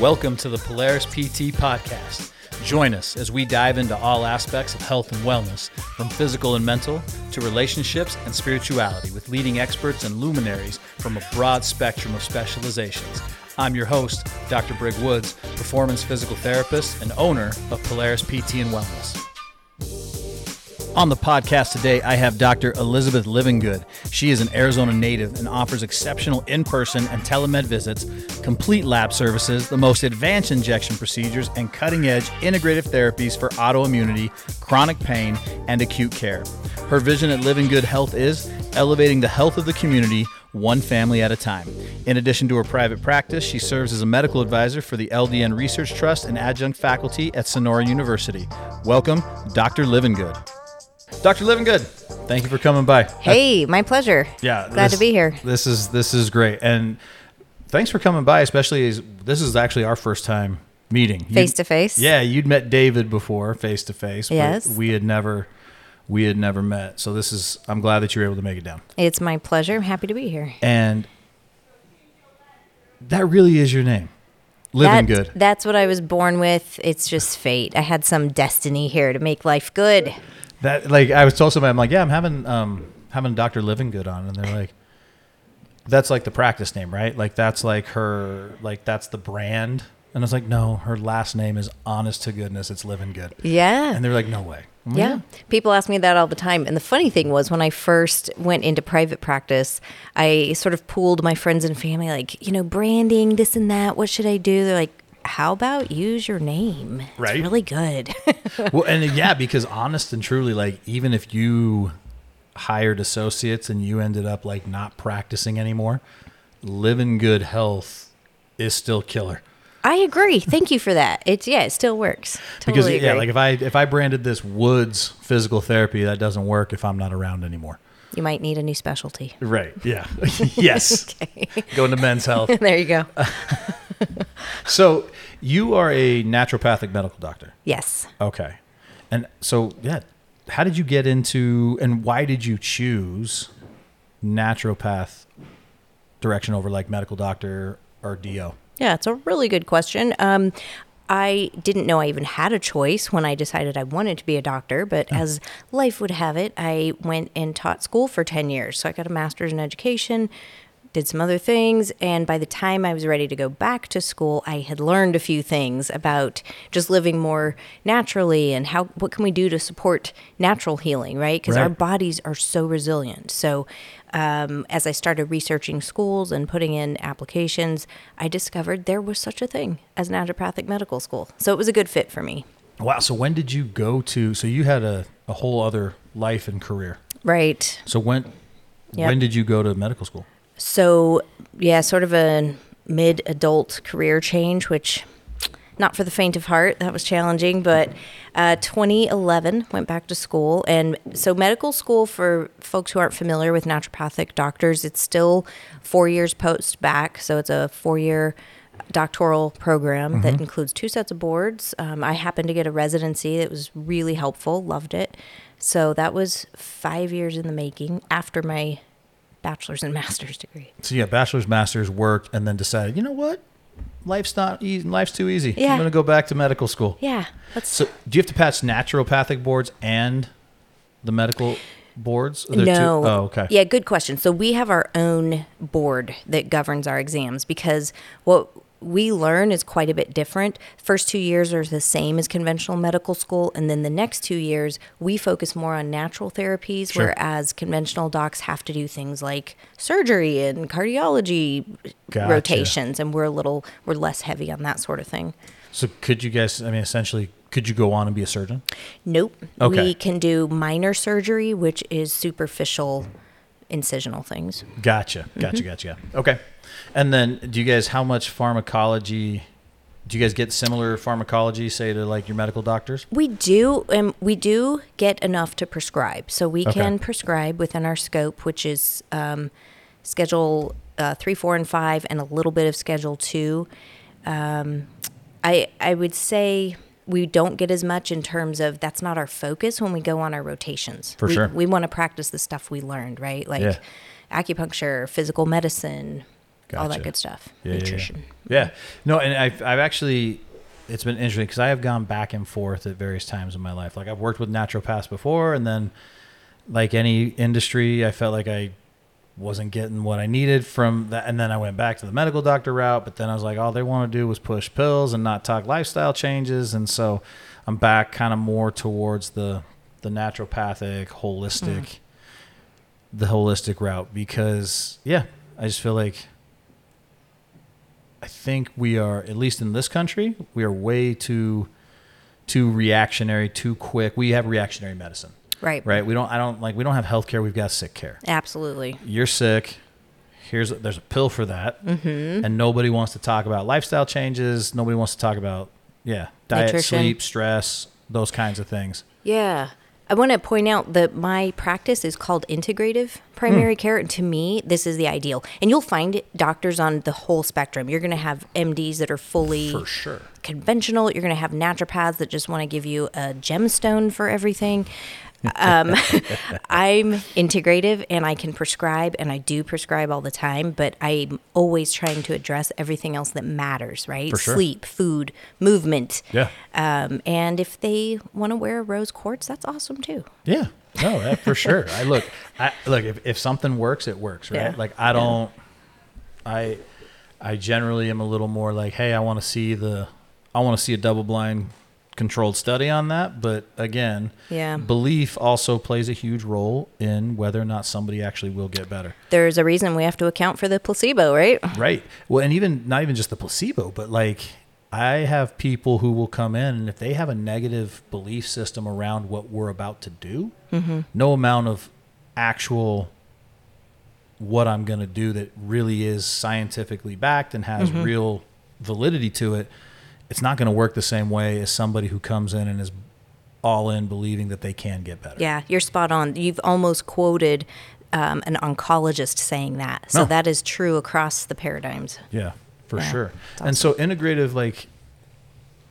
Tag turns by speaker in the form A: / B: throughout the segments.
A: Welcome to the Polaris PT Podcast. Join us as we dive into all aspects of health and wellness, from physical and mental to relationships and spirituality, with leading experts and luminaries from a broad spectrum of specializations. I'm your host, Dr. Brig Woods, performance physical therapist and owner of Polaris PT and Wellness. On the podcast today, I have Dr. Elizabeth Livingood. She is an Arizona native and offers exceptional in person and telemed visits, complete lab services, the most advanced injection procedures, and cutting edge integrative therapies for autoimmunity, chronic pain, and acute care. Her vision at Living Good Health is elevating the health of the community one family at a time. In addition to her private practice, she serves as a medical advisor for the LDN Research Trust and adjunct faculty at Sonora University. Welcome, Dr. Livingood. Dr. Livingood, thank you for coming by.
B: Hey, my pleasure.
A: Yeah,
B: glad
A: this-
B: to be here.
A: This is this is great, and thanks for coming by. Especially as this is actually our first time meeting You-
B: Face-to-face?
A: Yeah, you'd met David before face to face. but
B: Yes.
A: we had never we had never met. So this is I'm glad that you were able to make it down.
B: It's my pleasure. I'm happy to be here.
A: And that really is your name, living
B: That-
A: good.
B: That's what I was born with. It's just fate. I had some destiny here to make life good.
A: That like I was told somebody, I'm like, yeah, I'm having um having Doctor Living Good on, and they're like, that's like the practice name, right? Like that's like her, like that's the brand. And I was like, no, her last name is honest to goodness, it's Living Good.
B: Yeah.
A: And they're like, no way. I'm like,
B: Yeah. People ask me that all the time. And the funny thing was, when I first went into private practice, I sort of pooled my friends and family, like, you know, branding, this and that. What should I do? They're like, how about use your name? It's
A: Right.
B: really good.
A: well, and yeah, because honest and truly, like even if you hired associates and you ended up like not practicing anymore, living good health is still killer.
B: I agree. Thank you for that. It's, yeah, it still works. Totally
A: because yeah,
B: agree.
A: like if I if I branded this Woods Physical Therapy, that doesn't work if I'm not around anymore.
B: you might need a new specialty.
A: Right. Yeah. yes. Going to men's health.
B: there you go.
A: So you are a naturopathic medical doctor.
B: Yes.
A: Okay. And so yeah, how did you get into and why did you choose naturopath direction over like medical doctor or DO?
B: Yeah, it's a really good question. Um, I didn't know I even had a choice when I decided I wanted to be a doctor, but as life would have it, I went and taught school for 10 years. So I got a master's in education, did some other things, and by the time I was ready to go back to school, I had learned a few things about just living more naturally and how what can we do to support natural healing, right? Because our
A: Right.
B: bodies are so resilient. So, um, as I started researching schools and putting in applications, I discovered there was such a thing as naturopathic medical school. So it was a good fit for me.
A: Wow. So when did you go to so you had a, a whole other life and career.
B: Right.
A: So when
B: Yep.
A: when did you go to medical school?
B: So, yeah, sort of a mid adult career change, which not for the faint of heart. That was challenging. But uh, 2011, went back to school. And so, medical school, for folks who aren't familiar with naturopathic doctors, it's still four years post back. So, it's a four year doctoral program that includes two sets of boards. Um, I happened to get a residency that was really helpful, loved it. So, that was five years in the making after my bachelor's and master's degree.
A: So yeah, bachelor's, master's, worked, and then decided, you know what, life's not easy. Life's too easy.
B: Yeah.
A: I'm gonna go back to medical school.
B: Yeah, that's
A: So do you have to pass naturopathic boards and the medical boards? Are there two-
B: no.
A: Oh, okay.
B: Yeah, good question. So we have our own board that governs our exams because what we learn is quite a bit different. First two years are the same as conventional medical school, and then the next two years we focus more on natural therapies,
A: Sure.
B: whereas conventional docs have to do things like surgery and cardiology
A: Gotcha.
B: rotations, and we're a little we're less heavy on that sort of thing.
A: So could you guys? I mean, essentially, could you go on and be a surgeon?
B: Nope.
A: Okay.
B: We can do minor surgery, which is superficial incisional things.
A: Gotcha.
B: Mm-hmm.
A: Gotcha. Gotcha. Yeah. Okay. And then, do you guys? How much pharmacology? Do you guys get similar pharmacology, say, to like your medical doctors?
B: We do, um, we do get enough to prescribe. So we
A: Okay.
B: can prescribe within our scope, which is um, Schedule uh, three, four, and five, and a little bit of Schedule two. Um, I I would say we don't get as much in terms of that's not our focus when we go on our rotations.
A: For
B: we,
A: sure.
B: we want to practice the stuff we learned, right? Like
A: Yeah.
B: acupuncture, physical medicine, all
A: Gotcha.
B: that good stuff.
A: Yeah, yeah, yeah.
B: Nutrition.
A: Yeah. No, and I've, I've actually, it's been interesting because I have gone back and forth at various times in my life. Like I've worked with naturopaths before, and then like any industry, I felt like I wasn't getting what I needed from that. And then I went back to the medical doctor route, but then I was like, all they want to do was push pills and not talk lifestyle changes. And so I'm back kind of more towards the, the naturopathic, holistic, the holistic route because yeah, I just feel like I think we are, at least in this country, we are way too too reactionary, too quick. We have reactionary medicine,
B: Right.
A: right? We don't. I don't like. We don't have health care. We've got sick care.
B: Absolutely.
A: You're sick. Here's there's a pill for that, mm-hmm. and nobody wants to talk about lifestyle changes. Nobody wants to talk about yeah, diet,
B: Nutrition.
A: sleep, stress, those kinds of things.
B: Yeah. I want to point out that my practice is called integrative
A: Hmm.
B: primary care. And to me, this is the ideal. And you'll find doctors on the whole spectrum. You're going to have MDs that are fully
A: For sure.
B: conventional, you're going to have naturopaths that just want to give you a gemstone for everything. Um, I'm integrative and I can prescribe and I do prescribe all the time, but I'm always trying to address everything else that matters, right?
A: For sure.
B: Sleep, food, movement.
A: Yeah.
B: Um, and if they want to wear rose quartz, that's awesome too.
A: Yeah. No, that for sure. I look, I look, if, if something works, it works, right?
B: Yeah.
A: Like I don't, I, I generally am a little more like, Hey, I want to see the, I want to see a double blind controlled study on that. But again,
B: Yeah.
A: belief also plays a huge role in whether or not somebody actually will get better.
B: There's a reason we have to account for the placebo, right?
A: Right. Well, and even not even just the placebo, but like I have people who will come in and if they have a negative belief system around what we're about to do, no amount of actual what I'm going to do that really is scientifically backed and has real validity to it, it's not going to work the same way as somebody who comes in and is all in believing that they can get better.
B: Yeah, you're spot on. You've almost quoted um, an oncologist saying that. So
A: No.
B: that is true across the paradigms.
A: Yeah, for
B: Yeah,
A: sure.
B: it's
A: And so integrative, like,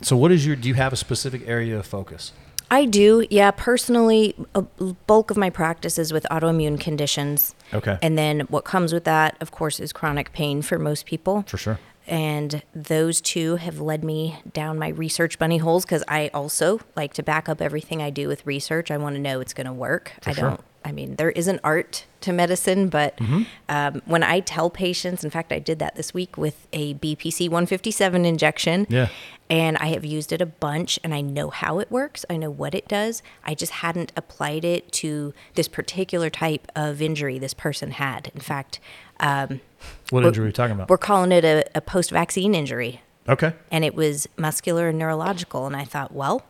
A: so what is your? Do you have a specific area of focus?
B: I do. Yeah, personally, a bulk of my practice is with autoimmune conditions.
A: Okay.
B: And then what comes with that, of course, is chronic pain for most people.
A: For sure.
B: And those two have led me down my research bunny holes because I also like to back up everything I do with research. I want to know it's going to work.
A: sure.
B: I
A: Mm-hmm.
B: don't, I mean, there is an art to medicine, but um, when I tell patients, in fact, I did that this week with a BPC 157 injection.
A: Yeah.
B: And I have used it a bunch and I know how it works. I know what it does. I just hadn't applied it to this particular type of injury this person had. In fact,
A: What injury are we talking
B: we're
A: about?
B: calling it a, a post vaccine injury
A: Okay.
B: and it was muscular and neurological. And I thought, well,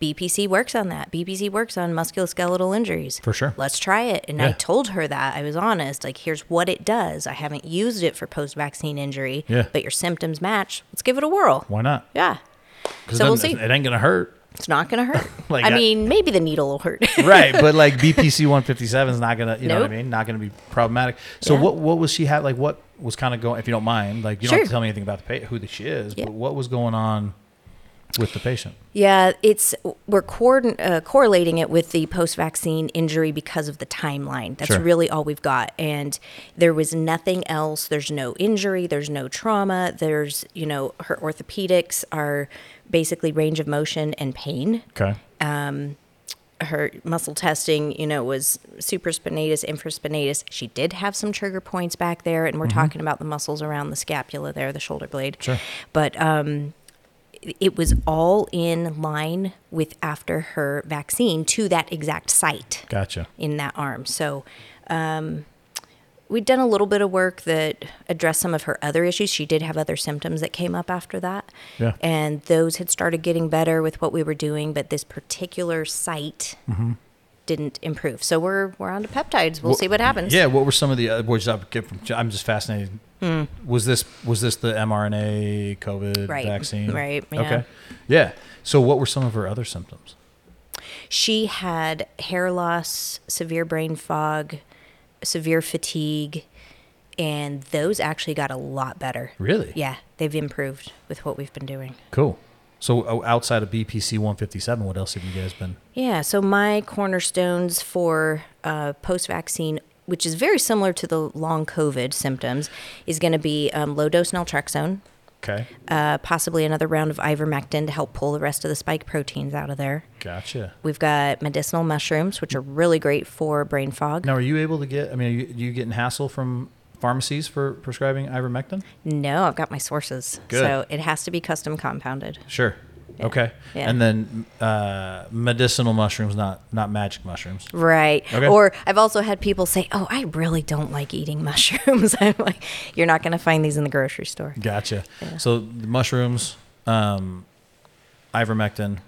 B: BPC works on that. BPC works on musculoskeletal injuries.
A: For sure.
B: Let's try it. And I
A: Yeah.
B: told her that. I was honest. Like, here's what it does. I haven't used it for post vaccine injury,
A: Yeah.
B: but your symptoms match. Let's give it a whirl.
A: Why not?
B: Yeah.
A: 'Cause
B: So we'll
A: then
B: see.
A: It ain't gonna hurt.
B: It's not going to hurt.
A: Like
B: I
A: I-
B: mean, maybe the needle will hurt.
A: right, but like BPC 157 is not gonna, you know what I
B: Nope.
A: mean? Not gonna be problematic. So
B: Yeah.
A: what what was she had like? What was kind of going? If you don't mind, like you don't have
B: Sure.
A: to tell me anything about the pa- who the, she is,
B: Yeah.
A: but what was going on with the patient?
B: Yeah, it's we're coordin- uh, correlating it with the post-vaccine injury because of the timeline. That's
A: Sure.
B: really all we've got, and there was nothing else. There's no injury. There's no trauma. There's you know her orthopedics are basically range of motion and pain.
A: Okay.
B: Her muscle testing, you know, was supraspinatus, infraspinatus. She did have some trigger points back there, and we're talking about the muscles around the scapula there, the shoulder blade.
A: Sure.
B: But um, it was all in line with after her vaccine to that exact site
A: Gotcha.
B: in that arm. So um, we'd done a little bit of work that addressed some of her other issues. She did have other symptoms that came up after that.
A: Yeah.
B: And those had started getting better with what we were doing, but this particular site
A: Mm-hmm.
B: didn't improve. So we're we're on to peptides. We'll, see what happens.
A: Yeah. What were some of the other words I get from? I'm just fascinated.
B: Hmm.
A: Was this was this the mRNA COVID
B: Right,
A: vaccine?
B: right, yeah.
A: Okay. Yeah. So what were some of her other symptoms?
B: She had hair loss, severe brain fog, severe fatigue, and those actually got a lot better.
A: Really?
B: Yeah, they've improved with what we've been doing.
A: Cool. So o- outside of BPC 157, what else have you guys been?
B: Yeah, so my cornerstones for uh, post vaccine which is very similar to the long COVID symptoms, is going to be um, low dose naltrexone,
A: Okay.
B: uh, possibly another round of ivermectin to help pull the rest of the spike proteins out of there.
A: Gotcha.
B: We've got medicinal mushrooms, which are really great for brain fog.
A: Now, are you able to get? I mean, are you, you getting hassle from pharmacies for prescribing ivermectin?
B: No, I've got my sources.
A: Good.
B: So it has to be custom compounded.
A: Sure.
B: Yeah.
A: Okay.
B: Yeah.
A: And then uh, medicinal mushrooms, not not magic mushrooms.
B: Right.
A: Okay.
B: Or I've also had people say, "Oh, I really don't like eating mushrooms." I'm like, "You're not going to find these in the grocery store."
A: Gotcha. So the mushrooms, um, ivermectin.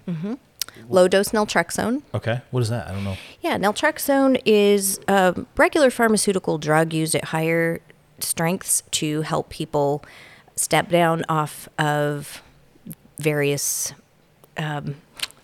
B: Low dose naltrexone.
A: Okay. What is that? I don't know.
B: Yeah, naltrexone is a regular pharmaceutical drug used at higher strengths to help people step down off of various um,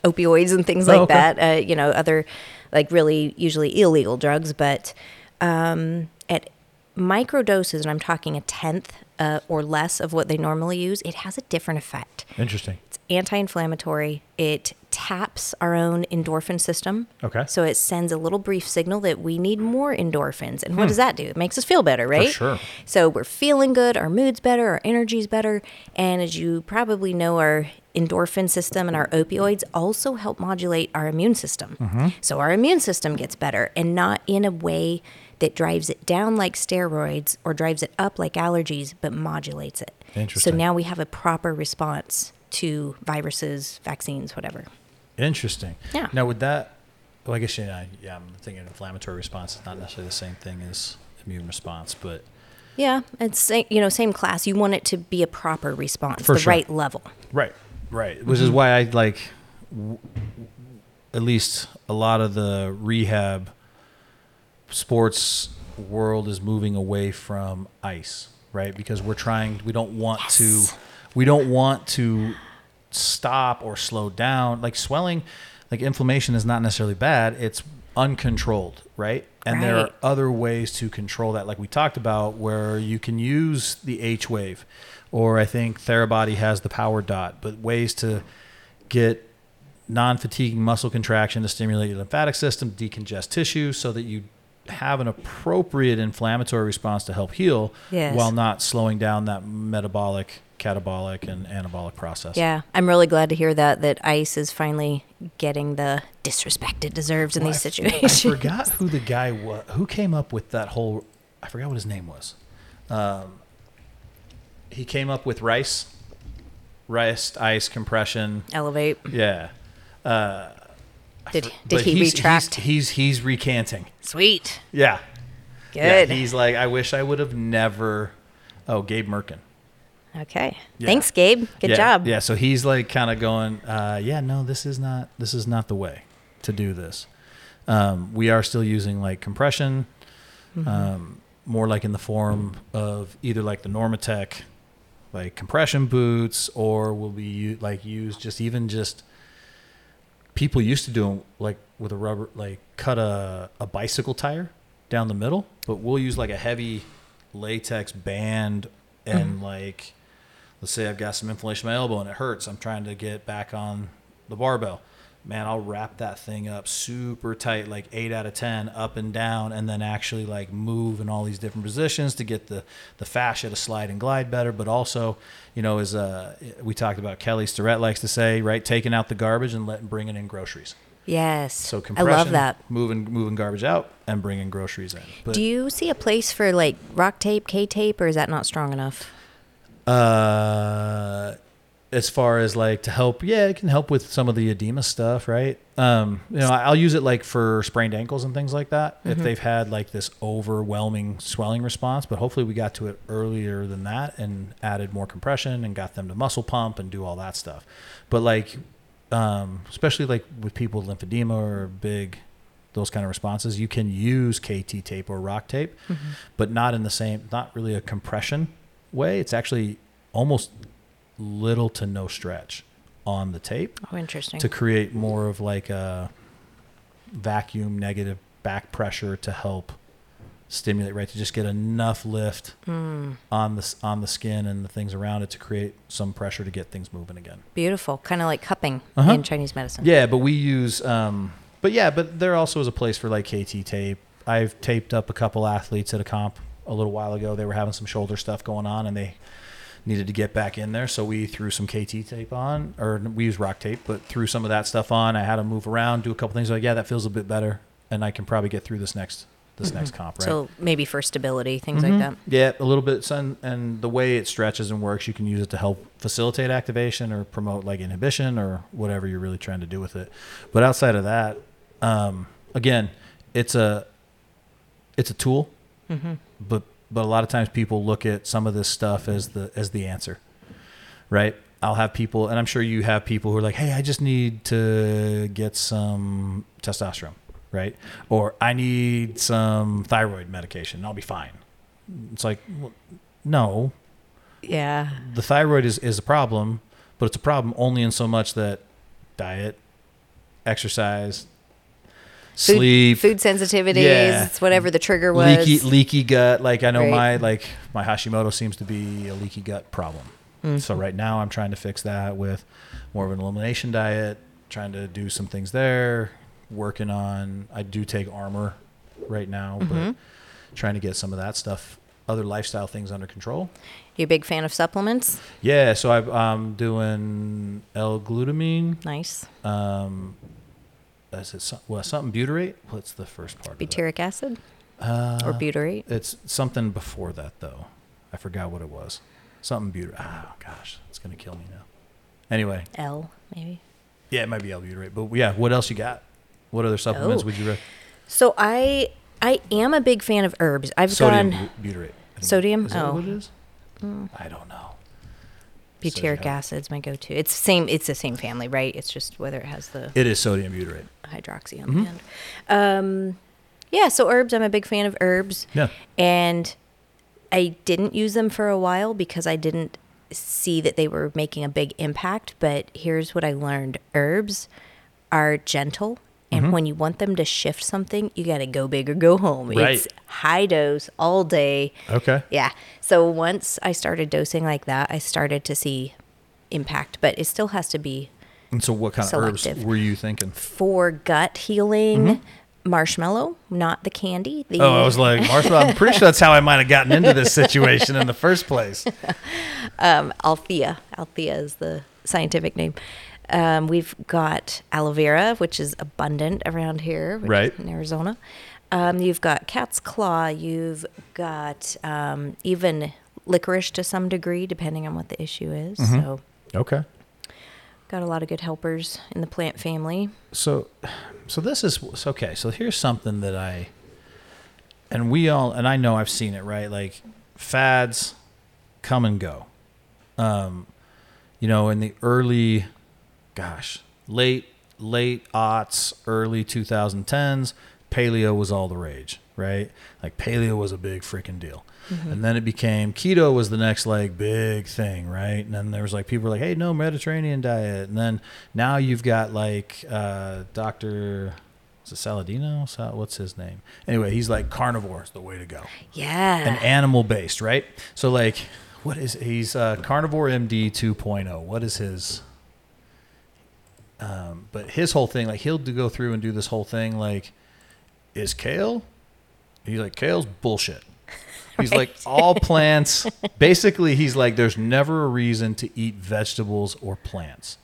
B: opioids and things
A: Oh,
B: like
A: okay.
B: that. Uh, you know, other like really usually illegal drugs, but um, at micro doses, and I'm talking a tenth uh, or less of what they normally use, it has a different effect.
A: Interesting.
B: It's anti-inflammatory. It taps our own endorphin system.
A: Okay.
B: So it sends a little brief signal that we need more endorphins. And what does that do? It makes us feel better, right?
A: Hmm. sure.
B: So we're feeling good, our mood's better, our energy's better, and as you probably know, our endorphin system and our opioids also help modulate our immune system.
A: Mm-hmm.
B: So our immune system gets better and not in a way that drives it down like steroids or drives it up like allergies, but modulates it.
A: Interesting.
B: So now we have a proper response to viruses, vaccines, whatever.
A: Interesting.
B: Yeah.
A: Now, would that, well, I guess, you know, yeah, I'm thinking inflammatory response is not necessarily the same thing as immune response, but
B: Yeah, it's sa- you know same class. You want it to be a proper response,
A: For
B: the
A: sure.
B: right level.
A: Right, right. Which is why I like, w- at least a lot of the rehab sports world is moving away from ice, right? Because we're trying, we don't want to, we don't want to stop or slow down. Like swelling, like inflammation is not necessarily bad. It's uncontrolled, right? And there are
B: Right.
A: other ways to control that, like we talked about, where you can use the H wave, or I think Therabody has the power dot, but ways to get non fatiguing muscle contraction to stimulate your lymphatic system, decongest tissue so that you have an appropriate inflammatory response to help heal
B: Yes.
A: while not slowing down that metabolic, catabolic, and anabolic process.
B: Yeah, I'm really glad to hear that that ICE is finally getting the disrespect it deserves in
A: Well,
B: these
A: I f-
B: situations.
A: I forgot who the guy was who came up with that whole. I forgot what his name was. Um, he came up with rice, rest, ice compression.
B: Elevate.
A: Yeah. Uh, I
B: Did-
A: for-
B: did
A: but
B: he
A: he's-
B: retract?
A: He's, he's he's recanting.
B: Sweet.
A: Yeah.
B: Good.
A: Yeah, he's like, I wish I would have never. Oh, Gabe Merkin.
B: okay.
A: Yeah.
B: Thanks, Gabe. Good
A: Yeah,
B: job.
A: Yeah, so he's like kind of going, uh, yeah, no, this is not this is not the way to do this. Um, we are still using like compression,
B: Mm-hmm.
A: um, more like in the form of either like the Normatec, like compression boots, or will be u- like use just even just people used to do 'em, like with a rubber like cut a, a bicycle tire down the middle, but we'll use like a heavy latex band and
B: Mm-hmm.
A: like let's say I've got some inflammation in my elbow and it hurts. I'm trying to get back on the barbell. Man, I'll wrap that thing up super tight, like eight out of ten, up and down, and then actually like move in all these different positions to get the the fascia to slide and glide better. But also, you know, as uh, we talked about, Kelly Storette likes to say, right, taking out the garbage and letting bringing in groceries.
B: Yes.
A: So
B: I
A: compression,
B: love that.
A: moving moving garbage out and bringing groceries in. But
B: Do you see a place for like rock tape, K tape, or is that not strong enough?
A: uh as far as like to help yeah it can help with some of the edema stuff right um you know i'll use it like for sprained ankles and things like that if they've had like this overwhelming swelling response but hopefully we got to it earlier than that and added more compression and got them to muscle pump and do all that stuff but like um especially like with people with lymphedema or big those kind of responses you can use kt tape or rock tape but not in the same not really a compression way it's actually almost little to no stretch on the tape
B: Oh, interesting.
A: to create more of like a vacuum negative back pressure to help stimulate right to just get enough lift on the s- on the skin and the things around it to create some pressure to get things moving again.
B: Beautiful. Kind of like cupping
A: Uh-huh.
B: in Chinese medicine.
A: Yeah, but we use um but yeah, but there also is a place for like KT tape I've taped up a couple athletes at a comp a little while ago. They were having some shoulder stuff going on, and they needed to get back in there. So we threw some KT tape on, or we used rock tape, but threw some of that stuff on. I had them move around, do a couple things. Like, yeah, that feels a bit better, and I can probably get through this next this next comp, right? Mm-hmm.
B: So maybe for stability, things like that.
A: Yeah, a little bit. And, and the way it stretches and works, you can use it to help facilitate activation or promote like inhibition or whatever you're really trying to do with it. But outside of that, um, again, it's a it's a tool, but but a lot of times people look at some of this stuff as the as the answer, right? I'll have people, and I'm sure you have people who are like, "Hey, I just need to get some testosterone, right? Or I need some thyroid medication, and I'll be fine." It's like, well, no,
B: Yeah.
A: the thyroid is, is a problem, but it's a problem only in so much that diet, exercise,
B: Food,
A: sleep,
B: food sensitivities,
A: Yeah.
B: whatever the trigger was.
A: leaky leaky gut. Like I know
B: Right.
A: my like my Hashimoto seems to be a leaky gut problem.
B: Mm-hmm.
A: So right now I'm trying to fix that with more of an elimination diet, trying to do some things there, working on I do take armor right now,
B: Mm-hmm.
A: but trying to get some of that stuff other lifestyle things under control.
B: You a big fan of supplements?
A: Yeah, so I, I'm doing L-glutamine.
B: Nice.
A: Um, is it some, well something butyrate? What's the first part? of it?
B: Butyric acid
A: Uh,
B: or butyrate?
A: it's something before that though. I forgot what it was. Something butyrate. Oh gosh, it's gonna kill me now. Anyway,
B: L maybe.
A: yeah, it might be L-butyrate, but yeah, what else you got? What other supplements
B: Oh.
A: would you recommend?
B: So I I am a big fan of herbs. I've
A: Sodium
B: gone
A: bu- butyrate. I think.
B: Sodium?
A: Is that
B: Oh. Mm.
A: what it is? I don't know.
B: butyric
A: sodium.
B: acid's my go-to. It's same. It's the same family, right? It's just whether it has the
A: It is sodium butyrate.
B: hydroxy on the end.
A: Mm-hmm.
B: Um, yeah. So herbs. I'm a big fan of herbs.
A: Yeah.
B: And I didn't use them for a while because I didn't see that they were making a big impact. But here's what I learned herbs are gentle. And
A: Mm-hmm.
B: when you want them to shift something, you got to go big or go home. It's
A: Right. Oh.
B: high dose all day.
A: Okay.
B: Yeah. So once I started dosing like that, I started to see impact, but it still has to be
A: And so, what kind of herbs
B: Selective.
A: were you thinking?
B: for gut healing marshmallow, not the candy. The,
A: Mm-hmm. Oh, I was like, marshmallow. I'm pretty sure that's how I might have gotten into this situation in the first place.
B: Althea. Althea is the scientific name. Um, we've got aloe vera, which is abundant around here, which is
A: Right.
B: in Arizona. Um, you've got cat's claw. You've got um, even licorice to some degree, depending on what the issue is.
A: Mm-hmm.
B: So,
A: Okay.
B: got a lot of good helpers in the plant family.
A: So, so this is so, okay. So here's something that I, and we all, and I know I've seen it right. Like fads come and go. Um, you know, in the early, gosh, late late aughts, early 2010s, paleo was all the rage, right? Like paleo was a big freaking deal. And then it became keto was the next like big thing, right? And then there was like people were like, hey, no Mediterranean diet. And then now you've got like uh, Dr. Is it Saladino? Sal- What's his name? Anyway, he's like carnivore is the way to go
B: Yeah.
A: an animal based, right? So like, what is he's uh, carnivore MD 2.0? oh. What is his? Um, but his whole thing, like he'll do, go through and do this whole thing, like is kale? He's like kale's bullshit. He's like all plants. Basically, he's like there's never a reason to eat vegetables or plants.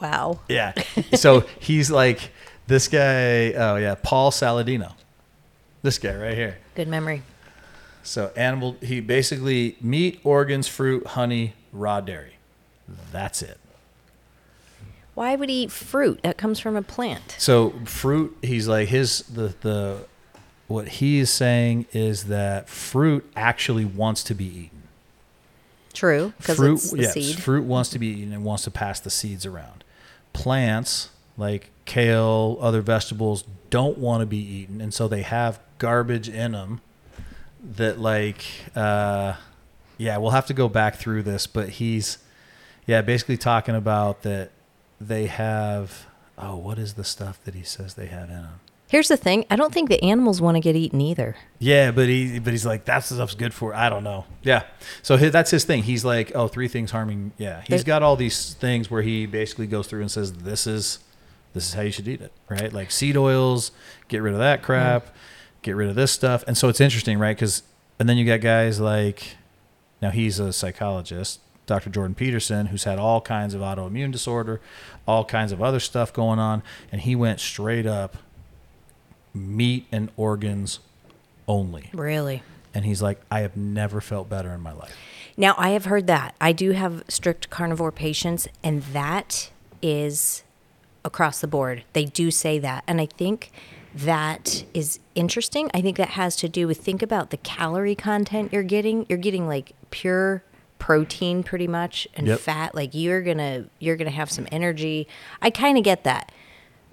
B: wow.
A: Yeah. so he's like this guy. Oh yeah, Paul Saladino. This guy right here.
B: Good memory.
A: So animal, he basically meat, organs, fruit, honey, raw dairy. That's it.
B: Why would he eat fruit? That comes from a plant.
A: So fruit, he's like his the the what he is saying is that fruit actually wants to be eaten.
B: True, because
A: fruit,
B: it's the
A: yes,
B: seed.
A: fruit wants to be eaten and wants to pass the seeds around. Plants like kale, other vegetables don't want to be eaten, and so they have garbage in them that, like, uh, yeah, we'll have to go back through this, but he's, yeah, basically talking about that they have. Oh, what is the stuff that he says they have in them?
B: Here's the thing. I don't think the animals want to get eaten either.
A: Yeah, but he but he's like that stuff's good for. I don't know. Yeah, so hi that's his thing. He's like, oh, three things harming. Yeah, he's
B: There's-
A: got all these things where he basically goes through and says, this is this is how you should eat it, right? Like seed oils, get rid of that crap. get rid of this stuff. And so it's interesting, right? Because and then you got guys like now he's a psychologist, Dr. Jordan Peterson, who's had all kinds of autoimmune disorder, all kinds of other stuff going on, and he went straight up meat and organs only.
B: Really?
A: And he's like, I have never felt better in my life.
B: Now, I have heard that. I do have strict carnivore patients, and that is across the board. They do say that. And I think that is interesting. I think that has to do with think about the calorie content you're getting. You're getting like pure protein pretty much and
A: Yep.
B: fat. Like you're going to you're going to have some energy. I kind of get that.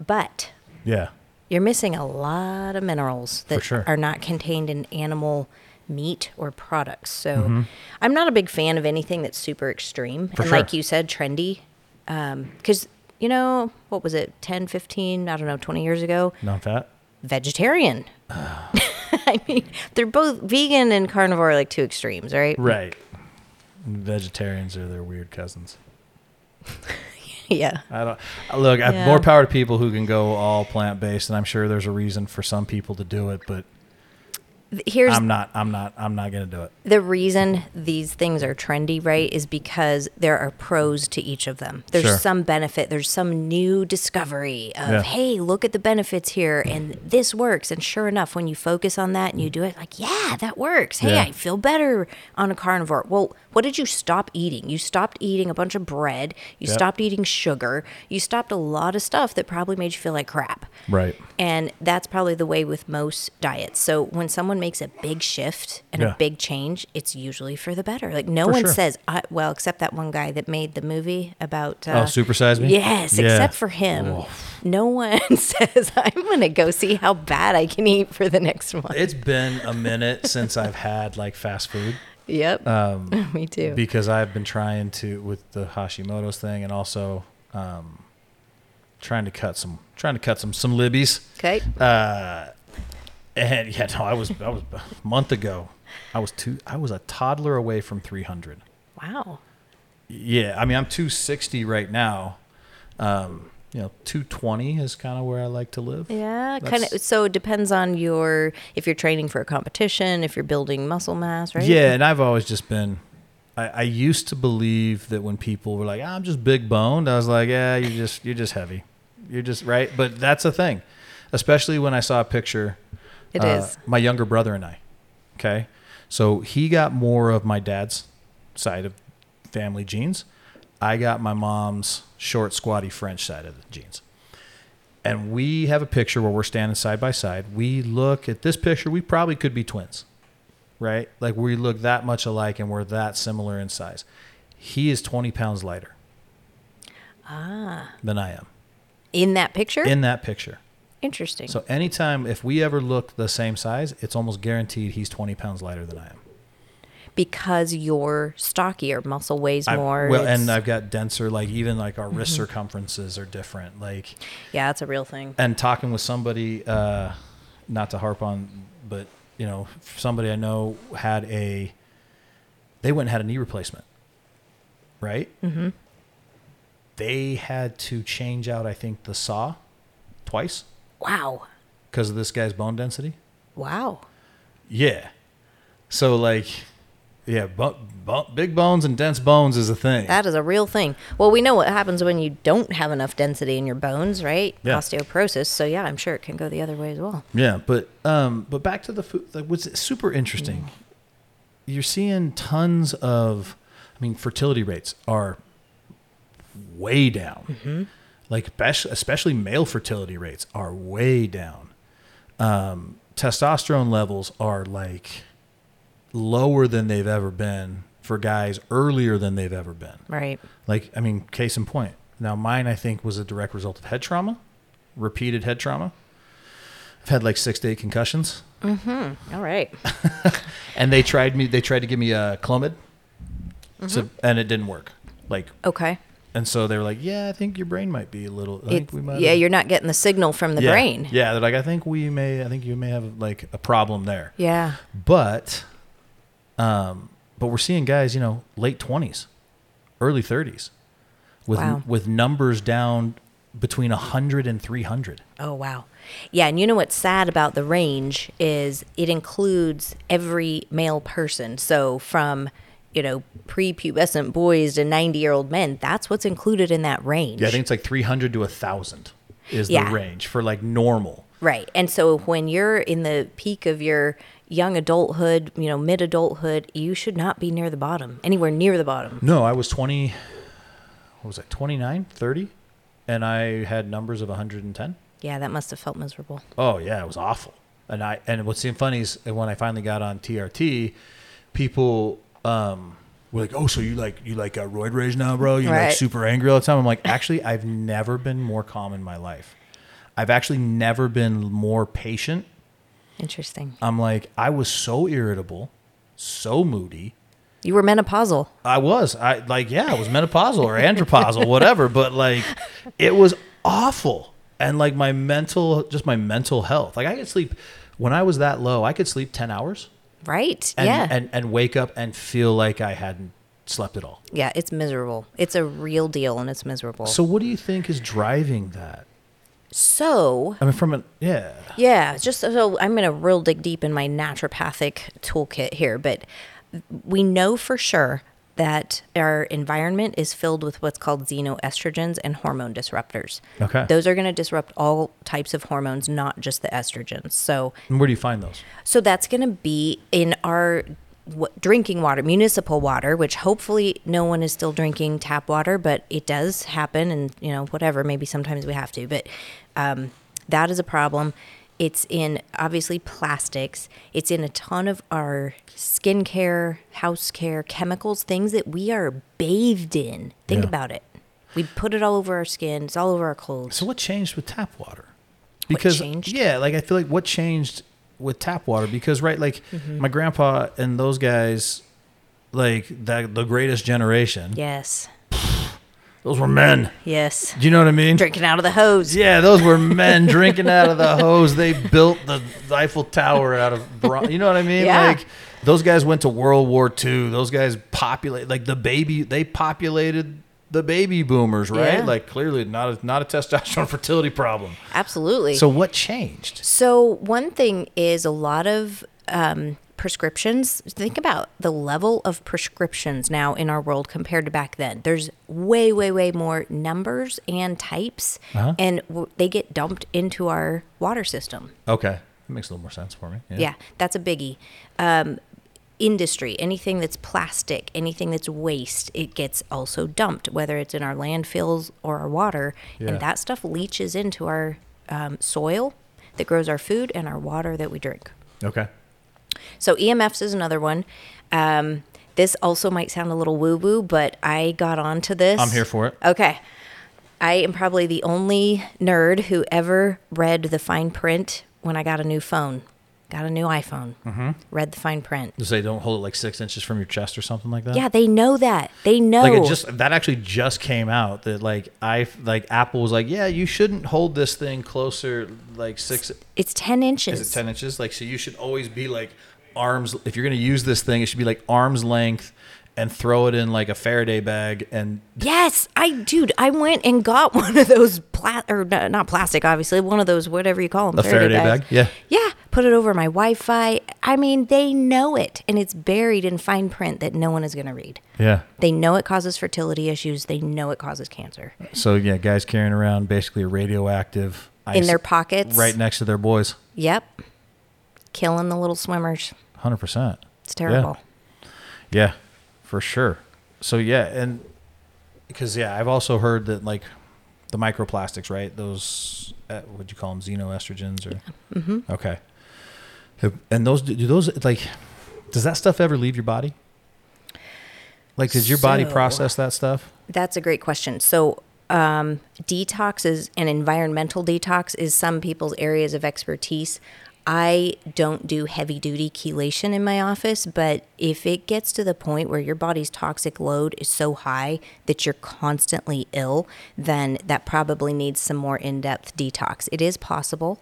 B: But
A: Yeah.
B: you're missing a lot of minerals that
A: sure.
B: are not contained in animal meat or products. So I'm not a big fan of anything that's super extreme. and
A: Mm-hmm. sure.
B: like you said, trendy. Because, you know, what was it, 10, 15, I don't know, 20 years ago?
A: Non fat?
B: Vegetarian. I mean, they're both vegan and carnivore, are like two extremes, right?
A: Right. Vegetarians are their weird cousins.
B: yeah.
A: I don't look. I
B: Yeah.
A: have more power to people who can go all plant based, and I'm sure there's a reason for some people to do it, but
B: Th- Here's
A: I'm not. I'm not. I'm not gonna do it.
B: the reason these things are trendy, right, is because there are pros to each of them. There's
A: Sure.
B: some benefit, there's some new discovery of,
A: Yeah.
B: hey, look at the benefits here and this works. And sure enough, when you focus on that and you do it, like, yeah, that works. Hey,
A: Yeah.
B: I feel better on a carnivore. Well, what did you stop eating? You stopped eating a bunch of bread, you
A: Yep.
B: stopped eating sugar, you stopped a lot of stuff that probably made you feel like crap.
A: Right.
B: And that's probably the way with most diets. So when someone makes a big shift and
A: Yeah.
B: a big change, it's usually for the better. Like no
A: For
B: one
A: sure.
B: says, I, well, except that one guy that made the movie about.
A: Oh,
B: Uh,
A: supersize me.
B: Yes,
A: Yeah.
B: except for him. No one says, I'm going to go see how bad I can eat for the next month.
A: It's been a minute since I've had like fast food
B: yep.
A: Um,
B: Me too.
A: because I've been trying to with the Hashimoto's thing, and also um, trying to cut some trying to cut some some libbies.
B: okay.
A: Uh, And yeah, no, I was I was a month ago. I was two. I was a toddler away from 300.
B: wow.
A: Yeah, I mean I'm 260 right now. Um, you know, 220 is kind of where I like to live.
B: Yeah, kind
A: That's-
B: of. So it depends on your if you're training for a competition, if you're building muscle mass, right?
A: Yeah, and I've always just been. I, I used to believe that when people were like, "Ah, "I'm just big boned," I was like, "Yeah, you're just you're just heavy, you're just right." But that's a thing, especially when I saw a picture.
B: It
A: It is
B: is.
A: uh, my younger brother and I. Okay, so he got more of my dad's side of family genes. I got my mom's short, squatty French side of the genes and we have a picture where we're standing side by side. We look at this picture, we probably could be twins, right? Like we look that much alike and we're that similar in size. He is 20 pounds lighter than I am
B: In that picture?
A: in that picture.
B: Interesting.
A: So, anytime if we ever look the same size, it's almost guaranteed he's 20 pounds lighter than I am.
B: because you're stockier, muscle weighs
A: I've-
B: more.
A: well,
B: it's-
A: and I've got denser, like even like our wrist circumferences are different. Like,
B: yeah, that's a real thing.
A: and talking with somebody uh, not to harp on but you know somebody i know had a they went and had a knee replacement right mm-hmm. they had to change out i think the saw twice
B: Wow,
A: because of this guy's bone density
B: wow.
A: yeah so like yeah bu- bu- big bones and dense bones is a thing
B: That is a real thing. Well, we know what happens when you don't have enough density in your bones, right?
A: Yeah.
B: Osteoporosis. So yeah, I'm sure it can go the other way as well.
A: Yeah, but um, but back to the food. Like, what's super interesting? You're seeing tons of, I mean, fertility rates are way down. Like, especially, especially male fertility rates are way down. Um, testosterone levels are like lower than they've ever been for guys earlier than they've ever been.
B: Right.
A: Like, I mean, case in point. Now, mine, I think, was a direct result of head trauma, repeated head trauma. I've had like six to eight concussions,
B: All right.
A: and they tried me. They tried to give me a Clomid,
B: Mm-hmm.
A: so, and it didn't work. Like,
B: Okay.
A: and so they were like, "Yeah, I think your brain might be a little. I think
B: It,
A: we might.
B: yeah,
A: have-
B: you're not getting the signal from the
A: yeah,
B: brain.
A: Yeah, they're like, I think we may. I think you may have like a problem there.
B: Yeah.
A: But, um, but we're seeing guys, you know, late twenties, early thirties, with
B: Wow.
A: with numbers down between 100 and 300.
B: Oh wow. Yeah, and you know what's sad about the range is it includes every male person. So from you know prepubescent boys to 90 year old men, that's what's included in that range.
A: Yeah, I think it's like 300 to 1,000 is
B: Yeah.
A: the range for like normal.
B: Right. And so when you're in the peak of your young adulthood, you know, mid adulthood, you should not be near the bottom, anywhere near the bottom.
A: No, I was 20, what was I, 29, 30? And I had numbers of 110.
B: Yeah, that must have felt miserable.
A: Oh yeah, it was awful. And I and what's even funny is when I finally got on TRT, people um were like, "Oh, so you like you like uh, roid rage now, bro? You're
B: Right.
A: like super angry all the time." I'm like, actually, I've never been more calm in my life. I've actually never been more patient.
B: Interesting.
A: I'm like, I was so irritable, so moody.
B: You were menopausal.
A: I was. I like yeah, it was menopausal or andropausal, whatever, but like it was awful. And like my mental just my mental health. Like I could sleep when I was that low, I could sleep 10 hours
B: Right.
A: and
B: yeah.
A: and, and wake up and feel like I hadn't slept at all.
B: yeah, it's miserable. It's a real deal and it's miserable.
A: So what do you think is driving that?
B: so
A: I mean from an yeah.
B: Yeah, just so I'm going to real dig deep in my naturopathic toolkit here, but we know for sure that our environment is filled with what's called xenoestrogens and hormone disruptors.
A: Okay.
B: Those are going to disrupt all types of hormones, not just the estrogens. So
A: And where do you find those?
B: so that's going to be in our w- drinking water, municipal water, which hopefully no one is still drinking tap water, but it does happen. And, you know, whatever, maybe sometimes we have to, but um, that is a problem. It's in obviously plastics, it's in a ton of our skincare, house care, chemicals, things that we are bathed in. Think
A: Yeah.
B: about it. We put it all over our skin, it's all over our clothes.
A: So what changed with tap water? Because
B: changed?
A: yeah, like I feel like what changed with tap water because right, like
B: Mm-hmm.
A: my grandpa and those guys, like that the greatest generation,
B: Yes.
A: those were men.
B: Yes.
A: Do you know what I mean?
B: Drinking out of the hose.
A: Yeah, those were men drinking out of the hose. They built the Eiffel Tower out of bronze. You know what I mean?
B: Yeah.
A: Like those guys went to World War II. Those guys populate like the baby. They populated the baby boomers, right?
B: Yeah.
A: Like clearly not a, not a testosterone fertility problem.
B: Absolutely.
A: So what changed?
B: So one thing is a lot of um, prescriptions. Think about the level of prescriptions now in our world compared to back then. There's way, way, way more numbers and types,
A: Uh-huh.
B: and w- they get dumped into our water system.
A: Okay, that makes a little more sense for me.
B: Yeah, that's a biggie. Um, industry, anything that's plastic, anything that's waste, it gets also dumped, whether it's in our landfills or our water.
A: Yeah.
B: And that stuff leaches into our um, soil that grows our food and our water that we drink.
A: Okay.
B: So EMFs is another one. Um, this also might sound a little woo woo, but I got onto this.
A: I'm here for it.
B: Okay. I am probably the only nerd who ever read the fine print when I got a new phone. Got a new iPhone. Mm-hmm. Read the fine print.
A: Just say don't hold it like six inches from your chest or something like that.
B: Yeah, Oh. they know that. They know.
A: Like it just that actually just came out that like I like Apple was like yeah you shouldn't hold this thing closer like six
B: it's 10 inches.
A: is it ten inches like so you should always be like arms if you're gonna use this thing it should be like arms length and throw it in like a Faraday bag and
B: Yes, I dude, I went and got one of those pla- or no, not plastic, obviously, one of those whatever you call them,
A: A Faraday bag, yeah.
B: yeah. Put it over my Wi-Fi. I mean, they know it, and it's buried in fine print that no one is going to read.
A: yeah
B: They know it causes fertility issues. They know it causes cancer
A: so yeah guys carrying around basically a radioactive
B: in
A: ice
B: their pockets.
A: right next to their boys
B: Yep. Killing the little swimmers.
A: hundred percent
B: It's terrible.
A: Yeah, for sure. So yeah, and because yeah, I've also heard that like the microplastics, right? Those uh, what do you call them? Xenoestrogens or mm-hmm. okay. Have- And those do do those like does that stuff ever leave your body? Like, does your body
B: So-
A: process that stuff?
B: That's a great question. So, um, detox is an environmental detox is some people's areas of expertise. I don't do heavy duty chelation in my office, but if it gets to the point where your body's toxic load is so high that you're constantly ill, then that probably needs some more in depth detox. It is possible.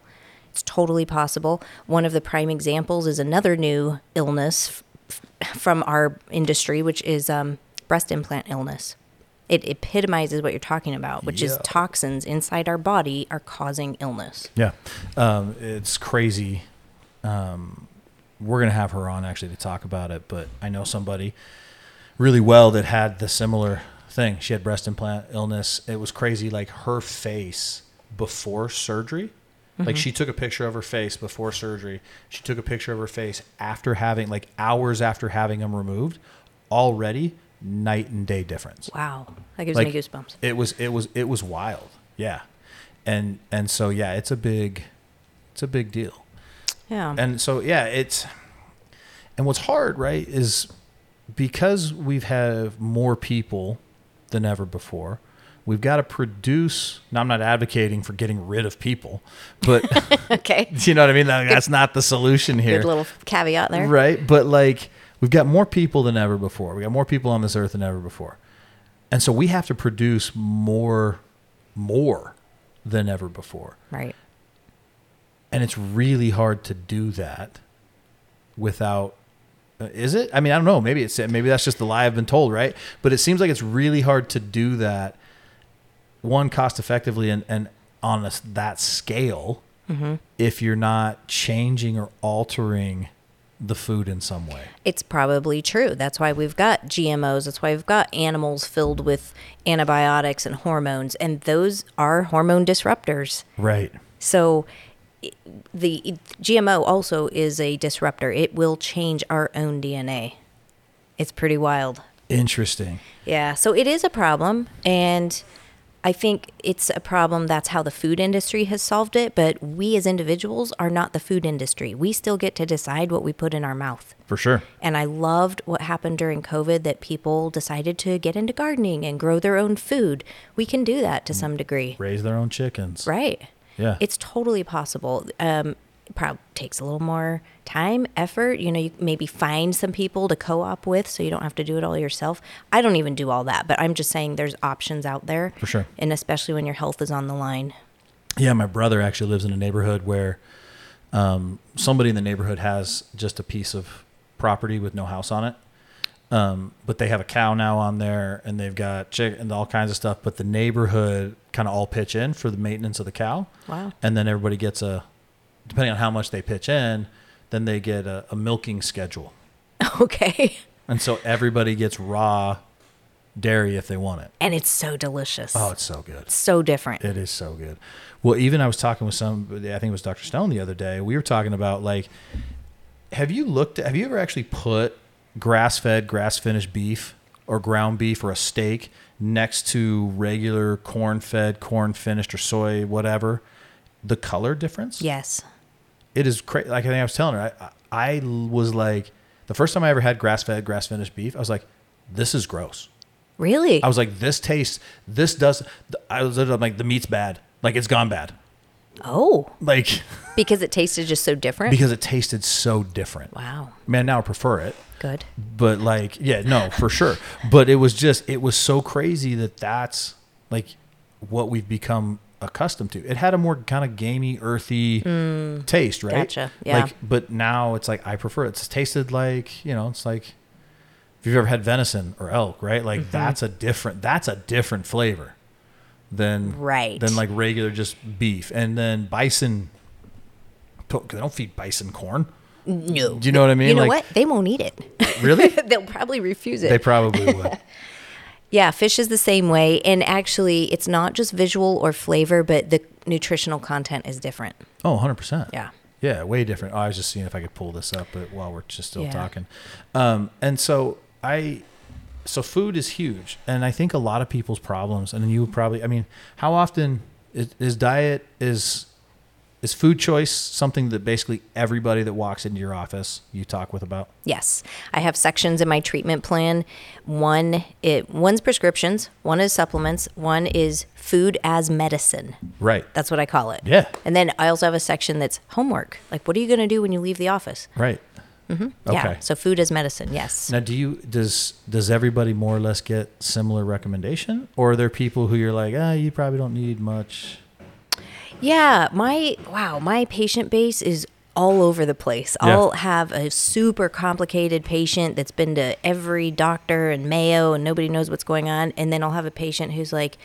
B: It's totally possible. One of the prime examples is another new illness f- f- from our industry, which is um, breast implant illness. it epitomizes what you're talking about, which is
A: Yeah.
B: toxins inside our body are causing illness.
A: Yeah, um, it's crazy. Um, we're gonna have her on actually to talk about it, but I know somebody really well that had the similar thing. She had breast implant illness. It was crazy. Like her face before surgery. Like she took a picture of her face before surgery. She took a picture of her face after having, like hours after having them removed. Already night and day difference
B: Wow. That gives me goosebumps.
A: it was it was it was wild yeah and and so yeah it's a big it's a big deal
B: Yeah.
A: and so yeah it's and what's hard right is because we've had more people than ever before we've got to produce now i'm not advocating for getting rid of people but
B: okay.
A: you know what i mean Like, that's not the solution here
B: Good little caveat there.
A: Right. But like we've got more people than ever before. We got more people on this earth than ever before. And so we have to produce more more than ever before.
B: Right.
A: And it's really hard to do that without uh, is it? I mean, I don't know. Maybe it's maybe that's just the lie I've been told, right? But it seems like it's really hard to do that one cost effectively and and on a s that scale if you're not changing or altering the food in some way.
B: It's probably true. That's why we've got GMOs. That's why we've got animals filled with antibiotics and hormones. And those are hormone disruptors.
A: Right.
B: So i- the i- GMO also is a disruptor. It will change our own DNA. It's pretty wild.
A: Interesting.
B: Yeah, so it is a problem and I think it's a problem that's how the food industry has solved it, but we as individuals are not the food industry. We still get to decide what we put in our mouth.
A: For sure.
B: And I loved what happened during COVID that people decided to get into gardening and grow their own food. We can do that to some degree.
A: Raise their own chickens.
B: Right.
A: Yeah.
B: It's totally possible. Um, it probably takes a little more time, effort. You know, you maybe find some people to co op with so you don't have to do it all yourself. I don't even do all that, but I'm just saying there's options out there.
A: For sure.
B: And especially when your health is on the line.
A: Yeah, my brother actually lives in a neighborhood where um, somebody in the neighborhood has just a piece of property with no house on it. Um, but they have a cow now on there and they've got chick and all kinds of stuff. But the neighborhood kind of all pitch in for the maintenance of the cow.
B: Wow.
A: And then everybody gets a, depending on how much they pitch in, then they get a, a milking schedule.
B: Okay.
A: And so everybody gets raw dairy if they want it.
B: And it's so delicious.
A: Oh, it's so good.
B: So different.
A: It is so good. Well, even I was talking with somebody, I think it was Dr. Stone the other day. We were talking about like, have you looked, have you ever actually put grass fed, grass finished beef or ground beef or a steak next to regular corn fed, corn finished or soy, whatever? The color difference?
B: yes.
A: It is crazy. Like I think I was telling her, I, I I was like, the first time I ever had grass fed, grass finished beef, I was like, this is gross.
B: Really?
A: I was like, this tastes, this does. I was literally like, the meat's bad. Like it's gone bad.
B: oh,
A: Like
B: because it tasted just so different?
A: because it tasted so different.
B: wow.
A: Man, now I prefer it.
B: Good.
A: But like, yeah, no, for sure. But it was just, it was so crazy that that's like what we've become accustomed to. It had a more kind of gamey, earthy taste, right?
B: Mm. Gotcha. Yeah.
A: Like, but now it's like I prefer it. It's tasted like you know, it's like if you've ever had venison or elk, right? Like
B: Mm-hmm.
A: that's a different that's a different flavor than
B: Right.
A: than like regular just beef, and then bison. They don't feed bison corn.
B: No.
A: Do you know what I mean?
B: You know
A: Like-
B: what? They won't eat it.
A: Really?
B: They'll probably refuse it.
A: they probably would.
B: Yeah, fish is the same way. And actually, it's not just visual or flavor, but the nutritional content is different.
A: Oh, 100 percent.
B: Yeah.
A: Yeah, way different. Oh, I was just seeing if I could pull this up, but while we're just still
B: Yeah.
A: talking, um, and so I, so food is huge, and I think a lot of people's problems, and you probably, I mean, how often is, is diet is is food choice something that basically everybody that walks into your office you talk with about?
B: Yes, I have sections in my treatment plan. One, it, one's prescriptions, one is supplements, one is food as medicine.
A: Right.
B: That's what I call it.
A: Yeah.
B: And then I also have a section that's homework. Like, what are you going to do when you leave the office?
A: Right. Mm-hmm. Okay.
B: Yeah. So food as medicine. Yes.
A: Now, do you does does everybody more or less get similar recommendation, or are there people who you're like, ah, you probably don't need much?
B: Yeah, my wow, my patient base is all over the place.
A: Yeah.
B: I'll have a super complicated patient that's been to every doctor and Mayo and nobody knows what's going on. And then I'll have a patient who's like,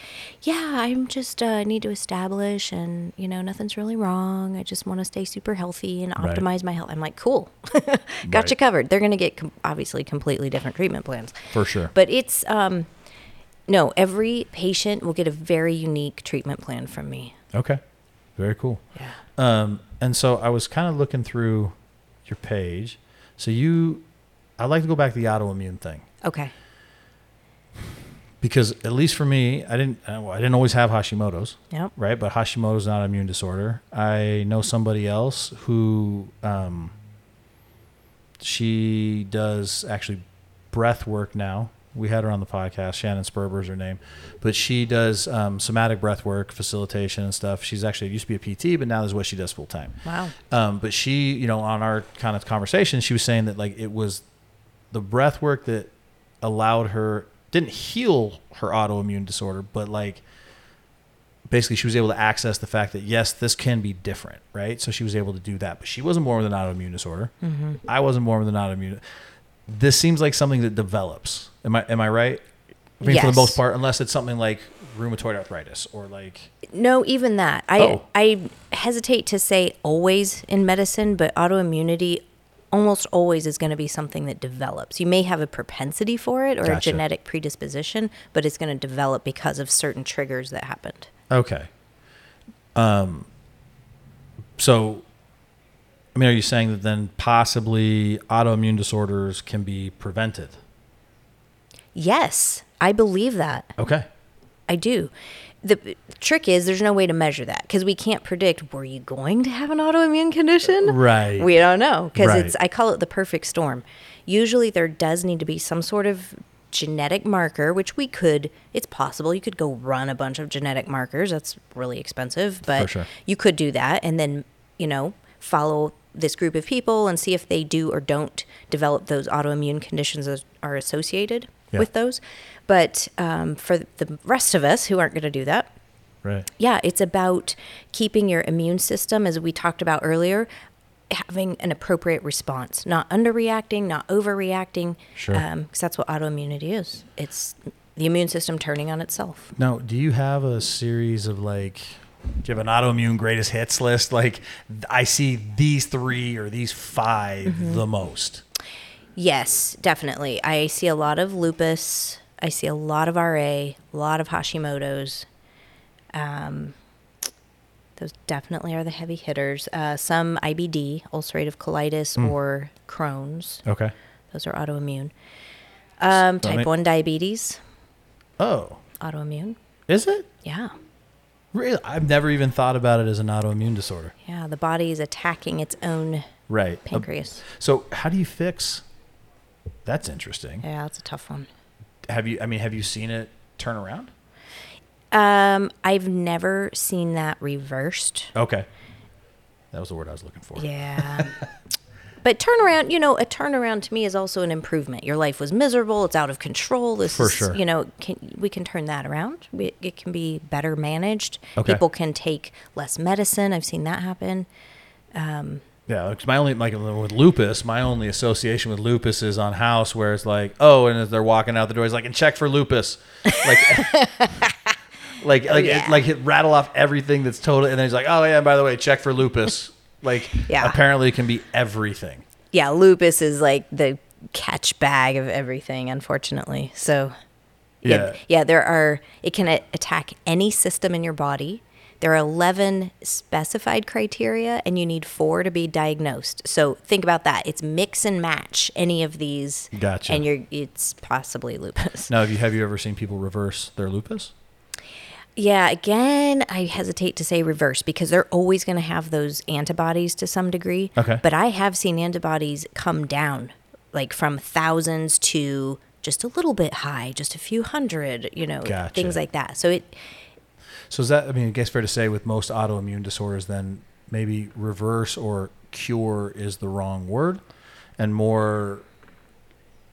B: yeah, I'm just, uh, I need to establish and, you know, nothing's really wrong. I just want to stay super healthy and
A: Right.
B: optimize my health. I'm like, cool, got you
A: Right.
B: covered. They're going to get com- obviously completely different treatment plans.
A: For sure.
B: But it's, um, no, every patient will get a very unique treatment plan from me.
A: Okay. Very cool.
B: Yeah.
A: Um, and so I was kind of looking through your page. So you, I like to go back to the autoimmune thing
B: Okay.
A: because at least for me, I didn't, uh, well, I didn't always have Hashimoto's,
B: Yep.
A: right? But Hashimoto's not an immune disorder. I know somebody else who, um, she does actually breath work now. We had her on the podcast. Shannon Sperber is her name, but she does um, somatic breath work, facilitation, and stuff. She's actually used to be a PT, but now this is what she does full time.
B: Wow.
A: Um, but she, you know, on our kind of conversation, she was saying that like it was the breath work that allowed her didn't heal her autoimmune disorder, but like basically she was able to access the fact that yes, this can be different, right? So she was able to do that, but she wasn't born with an autoimmune disorder. I wasn't born with an autoimmune. This seems like something that develops. Am I am I right? I mean, for
B: Yes.
A: the most part, unless it's something like rheumatoid arthritis or like
B: No, even that. I
A: Oh.
B: I hesitate to say always in medicine, but autoimmunity almost always is going to be something that develops. You may have a propensity for it or a
A: Gotcha.
B: genetic predisposition, but it's going to develop because of certain triggers that happened.
A: Okay. Um. So, I mean, are you saying that then possibly autoimmune disorders can be prevented?
B: Yes, I believe that.
A: Okay.
B: I do. The trick is there's no way to measure that because we can't predict were you going to have an autoimmune condition?
A: Right.
B: We don't know because
A: Right.
B: it's I call it the perfect storm. Usually there does need to be some sort of genetic marker which we could it's possible you could go run a bunch of genetic markers that's really expensive but
A: sure.
B: you could do that and then you know follow this group of people and see if they do or don't develop those autoimmune conditions that are associated
A: Yeah.
B: with those but um, for the rest of us who aren't going to do that
A: Right.
B: yeah, it's about keeping your immune system, as we talked about earlier, having an appropriate response, not underreacting, not overreacting.
A: Sure.
B: Because that's what autoimmunity is it's the immune system turning on itself.
A: Now, do you have a series of like? Do you have an autoimmune greatest hits list? Like, I see these three or these 5
B: Mm-hmm.
A: the most.
B: Yes, definitely. I see a lot of lupus. I see a lot of RA, a lot of Hashimoto's. Um, those definitely are the heavy hitters. Uh, some IBD, ulcerative colitis, or Crohn's.
A: Okay.
B: Those are autoimmune. Um, type
A: Stomach.
B: 1 diabetes,
A: Oh,
B: autoimmune.
A: is it?
B: Yeah.
A: Really? I've never even thought about it as an autoimmune disorder.
B: Yeah. The body is attacking its own
A: Right. A-
B: pancreas.
A: So, how do you fix? That's interesting.
B: yeah, that's a tough one.
A: have you i mean have you seen it turn around
B: Um, I've never seen that reversed.
A: okay that was the word i was looking for
B: Yeah. but turnaround, you know, a turnaround to me is also an improvement. Your life was miserable. It's out of control. This
A: For
B: is,
A: sure.
B: you know, can, we can turn that around. We, it can be better managed.
A: Okay.
B: People can take less medicine. I've seen that happen.
A: yeah because my only like with lupus my only association with lupus is on house where it's like oh and as they're walking out the door it's like and check for lupus like like like
B: yeah.
A: it, like it rattle off everything that's total and then he's like oh yeah and by the way check for lupus like
B: Yeah.
A: apparently it can be everything
B: yeah, lupus is like the catch bag of everything, unfortunately. So, yeah,
A: Yeah.
B: yeah, there are, it can a- attack any system in your body. There are 11 specified criteria, and you need four to be diagnosed. So, think about that. It's mix and match any of these.
A: Gotcha.
B: And you're, it's possibly lupus.
A: now have you have you ever seen people reverse their lupus
B: Yeah, again, I hesitate to say reverse because they're always going to have those antibodies to some degree.
A: Okay.
B: But I have seen antibodies come down, like from thousands to just a little bit high, just a few hundred, you know,
A: Gotcha.
B: things like that. So it,
A: So is that? I mean, I guess fair to say with most autoimmune disorders, then maybe reverse or cure is the wrong word, and more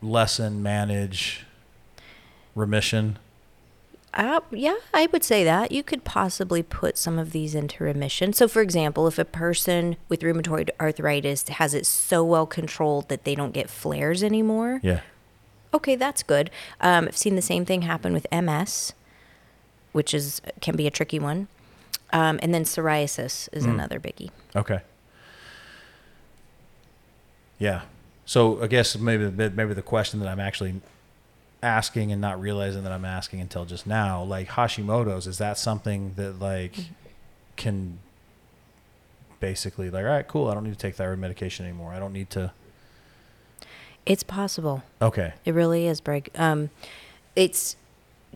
A: lessen, manage, remission.
B: Uh, yeah, I would say that. You could possibly put some of these into remission. So, for example, if a person with rheumatoid arthritis has it so well controlled that they don't get flares anymore,
A: Yeah.
B: okay, that's good. Um, I've seen the same thing happen with MS, which is can be a tricky one. Um, and then psoriasis is another biggie.
A: Okay. Yeah. So I guess maybe maybe the question that I'm actually asking and not realizing that I'm asking until just now, like Hashimoto's, is that something that like can basically like, all right, cool, I don't need to take thyroid medication anymore. I don't need to.
B: It's possible.
A: Okay.
B: It really is, Greg. Um, it's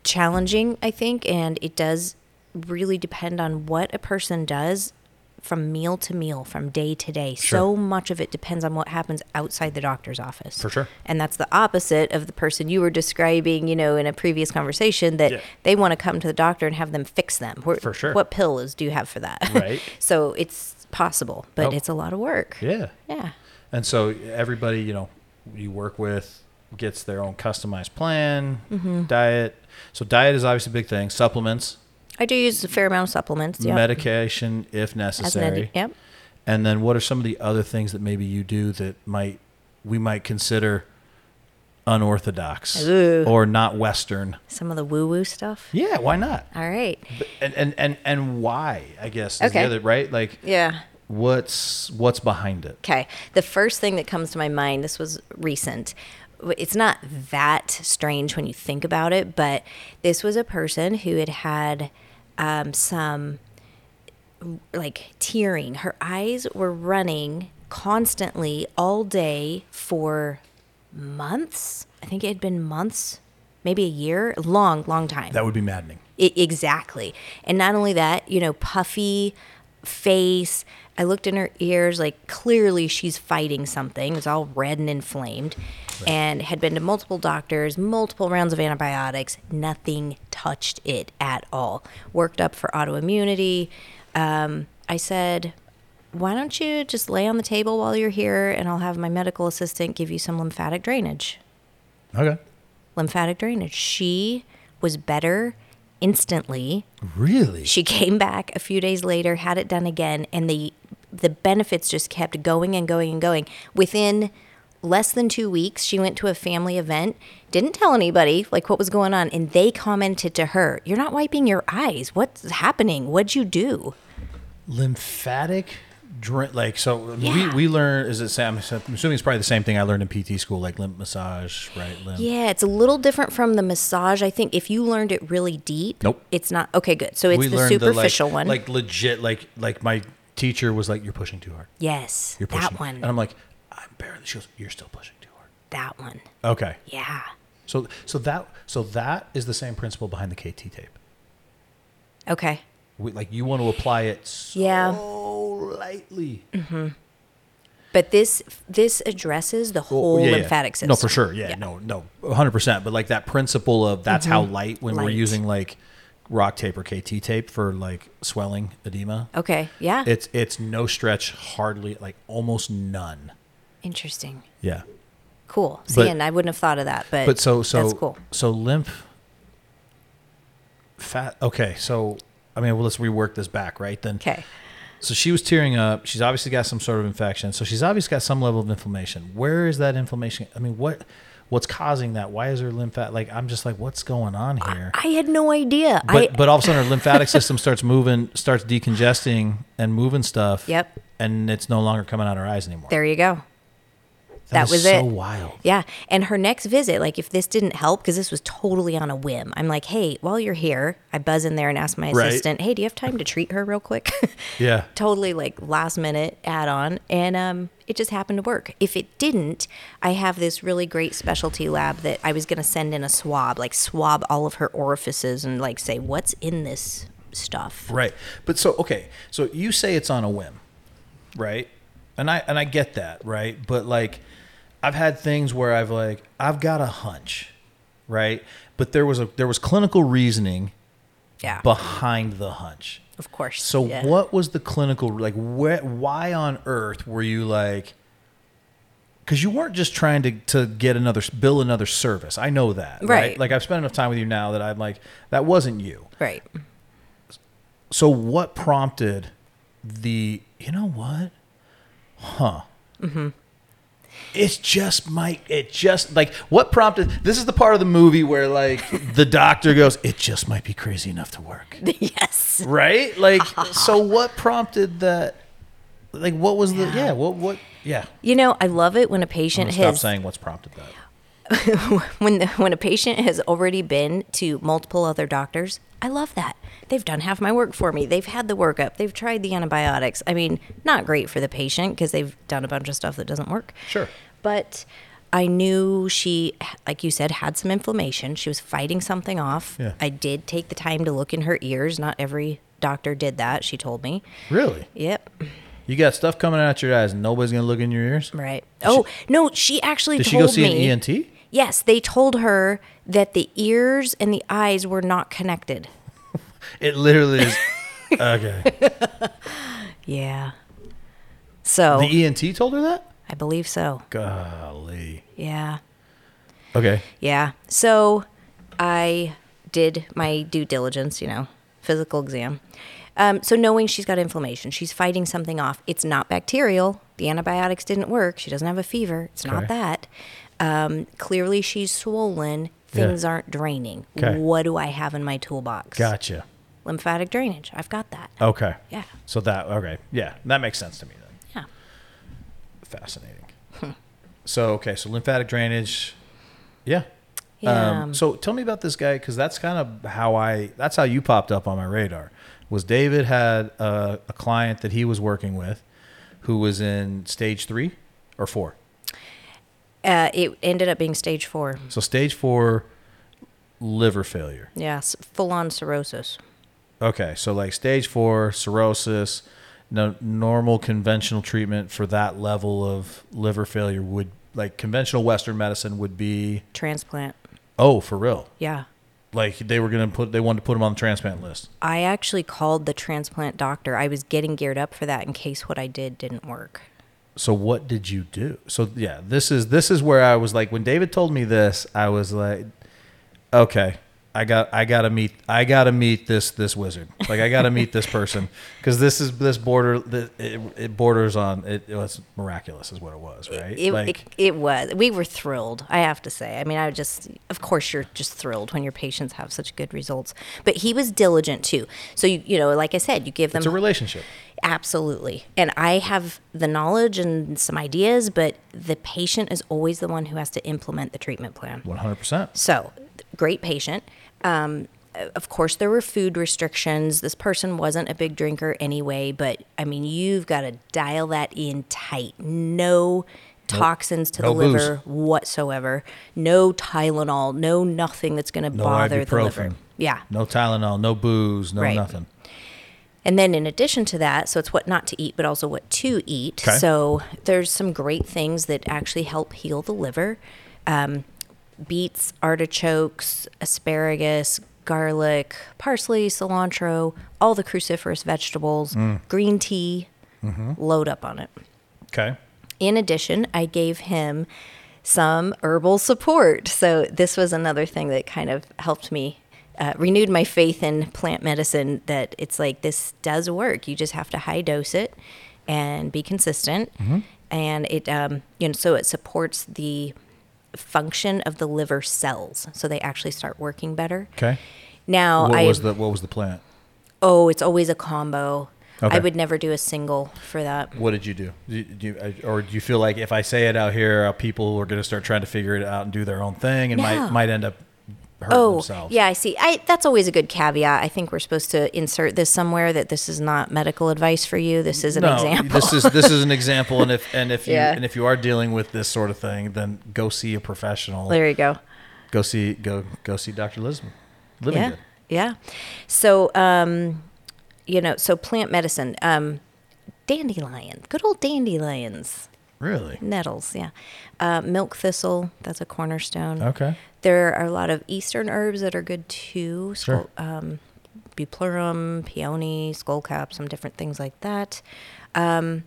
B: challenging, I think, and it does really depend on what a person does from meal to meal, from day to day. So
A: Sure.
B: much of it depends on what happens outside the doctor's office.
A: For sure.
B: And that's the opposite of the person you were describing, you know, in a previous conversation that
A: Yeah.
B: they want to come to the doctor and have them fix them. Where-
A: For sure.
B: What pill is do you have for that?
A: Right.
B: so it's possible, but
A: Oh.
B: it's a lot of work.
A: Yeah.
B: yeah.
A: And so everybody, you know, you work with gets their own customized plan, diet. So diet is obviously a big thing. Supplements,
B: I do use a fair amount of supplements. Yeah.
A: medication if
B: As an edi-
A: necessary.
B: yep.
A: And then what are some of the other things that maybe you do that might we might consider unorthodox
B: Ooh.
A: or not western?
B: some of the woo woo stuff.
A: Yeah, why not?
B: All right.
A: But- And and and, and why, I guess, is
B: Okay.
A: the other right? Like
B: Yeah.
A: what's what's behind it?
B: Okay. The first thing that comes to my mind, this was recent. W- It's not that strange when you think about it, but this was a person who had had um, some like tearing. Her eyes were running constantly all day for months. I think it had been months, maybe a year, long, long time.
A: That would be maddening.
B: I E, exactly. And not only that, you know, puffy face. I looked in her ears, like clearly she's fighting something. It's all red and inflamed. And had been to multiple doctors, multiple rounds of antibiotics. Nothing touched it at all. Worked up for autoimmunity. Um, I said, why don't you just lay on the table while you're here and I'll have my medical assistant give you some lymphatic drainage?
A: Okay.
B: lymphatic drainage. She was better instantly.
A: Really?
B: She came back a few days later, had it done again, and the the benefits just kept going and going and going. Within less than 2 weeks, she went to a family event, didn't tell anybody like what was going on, and they commented to her, "You're not wiping your eyes. What's happening? What'd you do?"
A: lymphatic drain like so
B: Yeah.
A: we we learn is it sam i'm assuming it's probably the same thing i learned in pt school like lymph massage right lymph
B: Yeah, it's a little different from the massage. I think if you learned it really deep,
A: Nope.
B: it's not okay. Good. So it's
A: we
B: the
A: learned the,
B: superficial
A: like,
B: one.
A: like legit like like my teacher was like you're pushing too hard
B: yes,
A: you're pushing Um,
B: that one.
A: and i'm like i'm barely she goes you're still pushing too hard
B: that one.
A: okay
B: Yeah.
A: so so that so that is the same principle behind the kt tape
B: Okay.
A: we, like you want to apply it so
B: Yeah. Mm-hmm.
A: lightly
B: But this this addresses the whole
A: yeah, yeah.
B: lymphatic system.
A: No, for sure. Yeah, no, no, 100%. But like that principle of that's how light when we're
B: Mm-hmm. Light.
A: using like rock tape or KT tape for like swelling edema.
B: Okay. Yeah.
A: It's it's no stretch, hardly like almost none.
B: Interesting.
A: Yeah.
B: Cool. See,
A: But-
B: and I wouldn't have thought of that, but
A: But so so
B: that's cool.
A: so lymph fat okay, so I mean, well, let's rework this back, right? Then
B: Okay.
A: So she was tearing up. She's obviously got some sort of infection. So she's obviously got some level of inflammation. Where is that inflammation? I mean, what what's causing that? Why is her lymphatic? Like, I'm just like, what's going on here?
B: I had no idea.
A: But
B: I
A: but all of a sudden, her lymphatic system starts moving, starts decongesting and moving stuff.
B: Yep.
A: And it's no longer coming out her eyes anymore.
B: there you go. that
A: is
B: was
A: so
B: it.
A: wild.
B: Yeah. And her next visit, like if this didn't help, because this was totally on a whim, I'm like, hey, while you're here, I buzz in there and ask my
A: Right.
B: assistant, hey, do you have time to treat her real quick?
A: Yeah.
B: totally like last minute add on. And um, it just happened to work. If it didn't, I have this really great specialty lab that I was going to send in a swab, like swab all of her orifices and like say, what's in this stuff?
A: Right. But so okay, so you say it's on a whim, right? And I and I get that, right? But like I've had things where I've like I've got a hunch, right? But there was a there was clinical reasoning
B: Yeah.
A: behind the hunch.
B: of course.
A: So
B: Yeah.
A: what was the clinical like where, why on earth were you like because you weren't just trying to, to get another bill another service i know that right.
B: Right.
A: like i've spent enough time with you now that i'm like that wasn't you
B: Right.
A: so what prompted the you know what huh
B: Mm-hmm.
A: it's just my it just like what prompted this is the part of the movie where like the doctor goes it just might be crazy enough to work
B: yes.
A: right like so what prompted that like what was the yeah what what yeah
B: You know, I love it when a
A: I'm
B: patient
A: gonna stop
B: has
A: saying what's prompted that
B: when the, when a patient has already been to multiple other doctors, I love that. They've done half my work for me. They've had the workup. They've tried the antibiotics. I mean, not great for the patient because they've done a bunch of stuff that doesn't work.
A: sure
B: But I knew she, like you said, had some inflammation. She was fighting something off.
A: Yeah.
B: I did take the time to look in her ears. Not every doctor did that. She told me.
A: really
B: Yep.
A: you got stuff coming out your eyes and nobody's gonna look in your ears
B: Right. Oh no, she actually
A: did
B: told
A: she go see
B: me.
A: an E ent
B: Yes, they told her that the ears and the eyes were not connected.
A: it literally is okay
B: Yeah. So
A: the e ent told her that
B: I believe so.
A: golly
B: Yeah.
A: okay
B: Yeah. So I did my due diligence, you know, physical exam. Um, so knowing she's got inflammation, she's fighting something off. It's not bacterial. The antibiotics didn't work. She doesn't have a fever. It's
A: Okay.
B: not that. Um, clearly, she's swollen.
A: Yeah.
B: Things aren't draining.
A: Okay.
B: What do I have in my toolbox?
A: gotcha
B: Lymphatic drainage. I've got that.
A: okay
B: Yeah.
A: so that okay yeah that makes sense to me then
B: Yeah.
A: fascinating so okay so lymphatic drainage yeah
B: Yeah.
A: Um, so tell me about this guy because that's kind of how I that's how you popped up on my radar. Was David had a, a client that he was working with who was in stage three or four?
B: uh, it ended up being stage four.
A: So stage four liver failure.
B: Yes, full on cirrhosis.
A: Okay, so like stage four cirrhosis. No normal conventional treatment for that level of liver failure would like conventional Western medicine would be
B: Transplant.
A: oh for real
B: Yeah.
A: like they were gonna put they wanted to put him on the transplant list.
B: I actually called the transplant doctor. I was getting geared up for that in case what I did didn't work.
A: so what did you do so yeah this is this is where i was like when david told me this i was like okay i got i gotta meet i gotta meet this this wizard like i gotta meet this person because this is this border th- it, it borders on it, it was miraculous is what it was right
B: It,
A: like
B: it, it was. We were thrilled, I have to say. I mean, I just, of course, you're just thrilled when your patients have such good results. But he was diligent too. So, you, you know, like I said, you give them
A: it's a relationship
B: Absolutely. And I have the knowledge and some ideas, but the patient is always the one who has to implement the treatment plan.
A: 100%
B: So, th- great patient. Um, uh, of course, there were food restrictions. This person wasn't a big drinker anyway, but I mean, you've got to dial that in tight. No toxins to
A: No
B: the
A: booze.
B: liver whatsoever. No Tylenol, no nothing that's going to bother the
A: ibuprofen.
B: liver. Yeah.
A: no tylenol no booze no
B: Right.
A: nothing
B: And then in addition to that, so it's what not to eat, but also what to eat.
A: Okay.
B: So there's some great things that actually help heal the liver. Um, beets, artichokes, asparagus, garlic, parsley, cilantro, all the cruciferous vegetables, green tea, load up on it.
A: okay
B: In addition, I gave him some herbal support. So this was another thing that kind of helped me. Uh, renewed my faith in plant medicine that it's like this does work. You just have to high dose it and be consistent,
A: Mm-hmm.
B: and it um, you know so it supports the function of the liver cells, so they actually start working better.
A: okay
B: Now,
A: what
B: I
A: was the what was the plant
B: oh, it's always a combo.
A: Okay.
B: I would never do a single for that.
A: What did you do? Do you, do you- or do you feel like if I say it out here, uh, people are going to start trying to figure it out and do their own thing and might
B: No.
A: might end up hurting
B: Oh,
A: themselves?
B: yeah, I see. I, that's always a good caveat. I think we're supposed to insert this somewhere that this is not medical advice for you. This is an
A: no,
B: example.
A: this is this is an example, and if and if you
B: Yeah.
A: and if you are dealing with this sort of thing, then go see a professional.
B: there you go.
A: Go see go go see Doctor Liz. Living
B: Yeah,
A: good.
B: yeah. So, um, you know, so plant medicine, um, dandelion, good old dandelions,
A: Really?
B: nettles. Yeah, uh, milk thistle. That's a cornerstone.
A: Okay.
B: There are a lot of eastern herbs that are good too.
A: Sure.
B: Skull, um, Bupleurum, peony, skullcap, some different things like that. Um,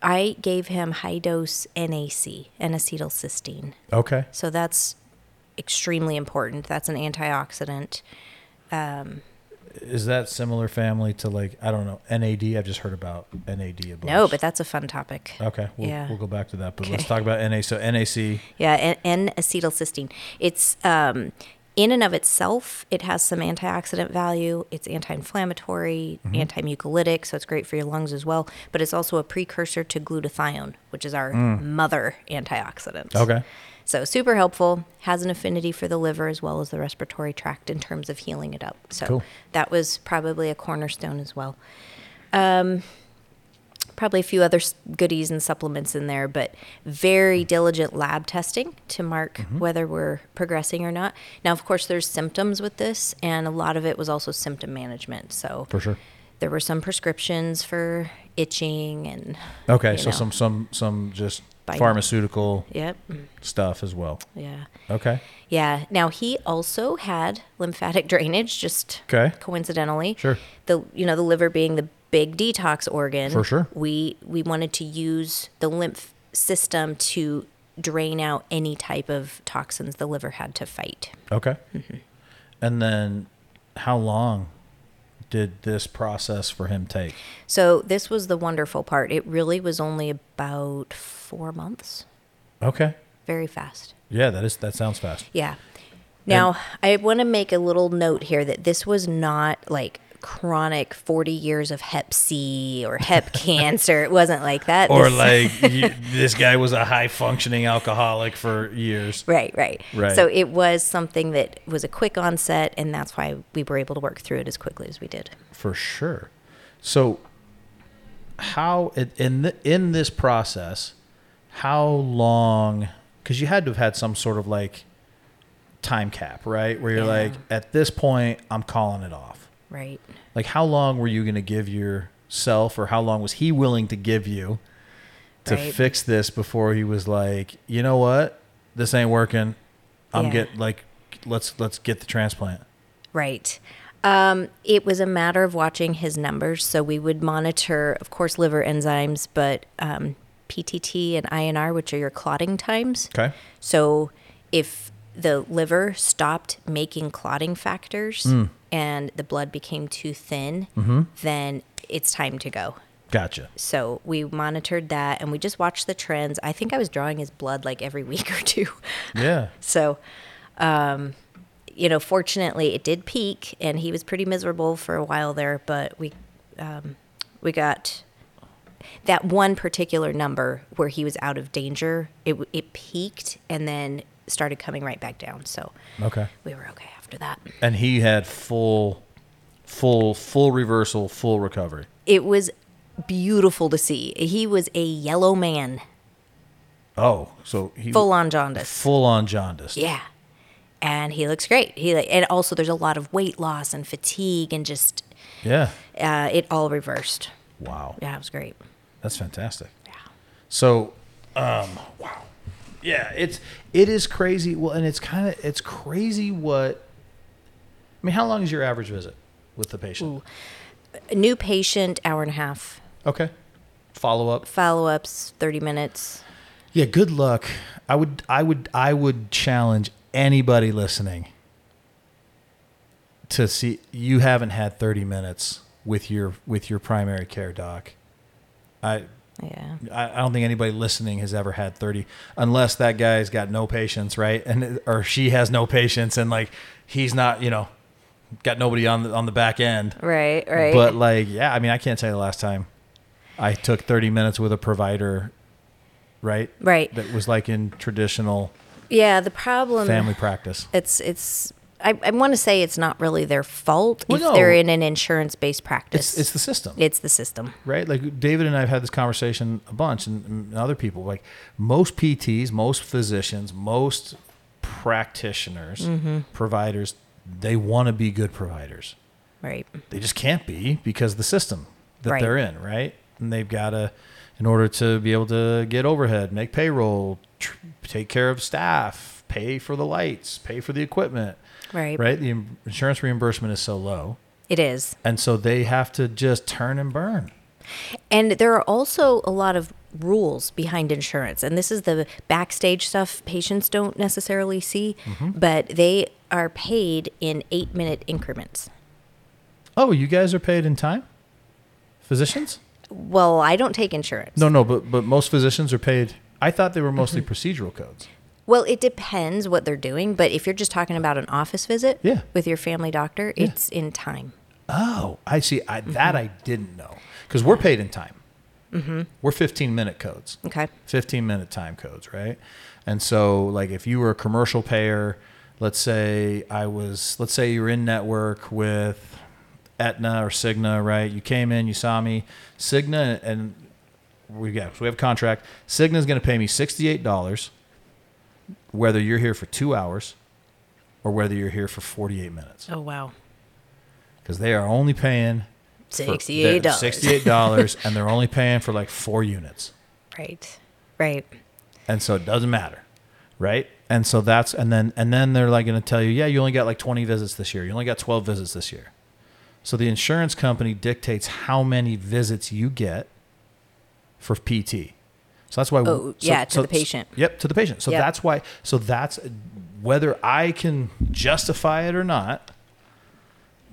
B: I gave him high dose NAC, N-acetylcysteine.
A: Okay.
B: So that's extremely important. That's an antioxidant.
A: Is that similar family to like I don't know NAD? I've just heard about NAD a bunch.
B: No, but that's a fun topic.
A: okay. We'll,
B: yeah.
A: we'll go back to that, but
B: Okay.
A: let's talk about NA. So NAC.
B: Yeah, N- N-acetylcysteine. It's um, in and of itself, it has some antioxidant value. It's anti-inflammatory,
A: Mm-hmm.
B: anti-mucolytic, so it's great for your lungs as well. But it's also a precursor to glutathione, which is our mother antioxidant.
A: Mm. Okay.
B: So super helpful. Has an affinity for the liver as well as the respiratory tract in terms of healing it up. So
A: Cool.
B: that was probably a cornerstone as well. Um, probably a few other s- goodies and supplements in there, but very diligent lab testing to mark whether we're progressing or not. Now, of course, there's symptoms with this, and a lot of it was also symptom management. So
A: For sure.
B: there were some prescriptions for itching and
A: Okay.
B: you
A: So
B: know.
A: some some some just
B: Bite.
A: pharmaceutical
B: yep,
A: stuff as well.
B: yeah.
A: Okay.
B: Yeah. Now he also had lymphatic drainage, just
A: Okay.
B: coincidentally.
A: Sure.
B: The you know the liver being the big detox organ.
A: For sure.
B: We we wanted to use the lymph system to drain out any type of toxins the liver had to fight.
A: Okay.
B: Mm-hmm.
A: And then how long did this process for him take?
B: So this was the wonderful part. It really was only about four months.
A: Okay.
B: Very fast.
A: Yeah, that is that sounds fast.
B: Yeah. Now, I want to make a little note here that this was not like chronic 40 years of hep C or hep cancer. It wasn't like that.
A: Or
B: This-
A: like you, this guy was a high functioning alcoholic for years.
B: Right, right.
A: Right.
B: So it was something that was a quick onset, and that's why we were able to work through it as quickly as we did.
A: For sure. So how it- in the, in this process, how long cuz you had to have had some sort of like time cap, right? Where you're
B: Yeah.
A: like at this point I'm calling it off.
B: Right.
A: Like how long were you going to give yourself or how long was he willing to give you to
B: Right.
A: fix this before he was like, "You know what? This ain't working. I'm
B: Yeah.
A: get like let's let's get the transplant."
B: Right. Um, it was a matter of watching his numbers. So we would monitor, of course, liver enzymes, but um, PTT and INR, which are your clotting times.
A: Okay.
B: So if the liver stopped making clotting factors and the blood became too thin, then it's time to go.
A: Gotcha.
B: So we monitored that and we just watched the trends. I think I was drawing his blood like every week or two.
A: Yeah.
B: So, um, you know, fortunately it did peak and he was pretty miserable for a while there, but we, um, we got that one particular number where he was out of danger. It, w- it peaked and then started coming right back down. So
A: Okay.
B: we were okay after that.
A: And he had full full full reversal, full recovery.
B: It was beautiful to see. He was a yellow man,
A: Oh, so he
B: full on jaundice.
A: full on jaundice.
B: Yeah. And he looks great. He like, and also there's a lot of weight loss and fatigue and just
A: Yeah.
B: uh, it all reversed.
A: Wow.
B: Yeah, it was great.
A: That's fantastic.
B: Yeah.
A: So, um, wow, yeah, it's it is crazy. Well, and it's kind of it's crazy what. I mean, how long is your average visit with the patient?
B: A new patient, hour and a half.
A: Okay, follow up.
B: Follow ups, 30 minutes.
A: Yeah, good luck. I would I would I would challenge anybody listening to see you haven't had thirty minutes with your with your primary care doc. I
B: Yeah.
A: I I don't think anybody listening has ever had 30, unless that guy's got no patience, right? And or she has no patience, and like he's not, you know, got nobody on the on the back end.
B: Right, right.
A: But like, yeah, I mean, I can't tell you the last time I took 30 minutes with a provider, right?
B: Right.
A: That was like in traditional
B: yeah, the problem
A: family practice.
B: it's it's I, I want to say it's not really their fault
A: Well,
B: if
A: no.
B: they're in an insurance based practice.
A: It's it's the system.
B: It's the system.
A: right? Like David and I have had this conversation a bunch, and, and other people. Like most PTs, most physicians, most practitioners,
B: Mm-hmm.
A: providers, they want to be good providers.
B: Right.
A: They just can't be because the system that
B: Right.
A: they're in, right? And they've got to, in order to be able to get overhead, make payroll, tr- take care of staff, pay for the lights, pay for the equipment,
B: Right.
A: right? The in- insurance reimbursement is so low.
B: It is.
A: And so they have to just turn and burn.
B: And there are also a lot of rules behind insurance. And this is the backstage stuff patients don't necessarily see,
A: Mm-hmm.
B: but they are paid in eight minute increments.
A: Oh, you guys are paid in time? Physicians?
B: Well, I don't take insurance.
A: No, no, but but most physicians are paid. I thought they were mostly procedural codes.
B: Well, it depends what they're doing, but if you're just talking about an office visit
A: Yeah.
B: with your family doctor, it's in time.
A: Oh, I see. I, That I didn't know because we're paid in time. We're 15 minute codes.
B: Okay.
A: 15 minute time codes, right? And so, like, if you were a commercial payer, let's say I was, let's say you were in network with Aetna or Cigna, right? You came in, you saw me, Cigna, and we got, so we have a contract. Cigna's going to pay me $68, whether you're here for two hours or whether you're here for 48 minutes,
B: Oh, wow.
A: because they are only paying for- they're
B: $68.
A: $68, and they're only paying for like four units.
B: Right. Right.
A: and so it doesn't matter right and so that's and then and then they're like going to tell you yeah you only got like 20 visits this year you only got 12 visits this year so the insurance company dictates how many visits you get for pt so that's why
B: Oh,
A: so-
B: yeah, to
A: so-
B: the patient.
A: yep to the patient so
B: Yep.
A: that's why so that's whether i can justify it or not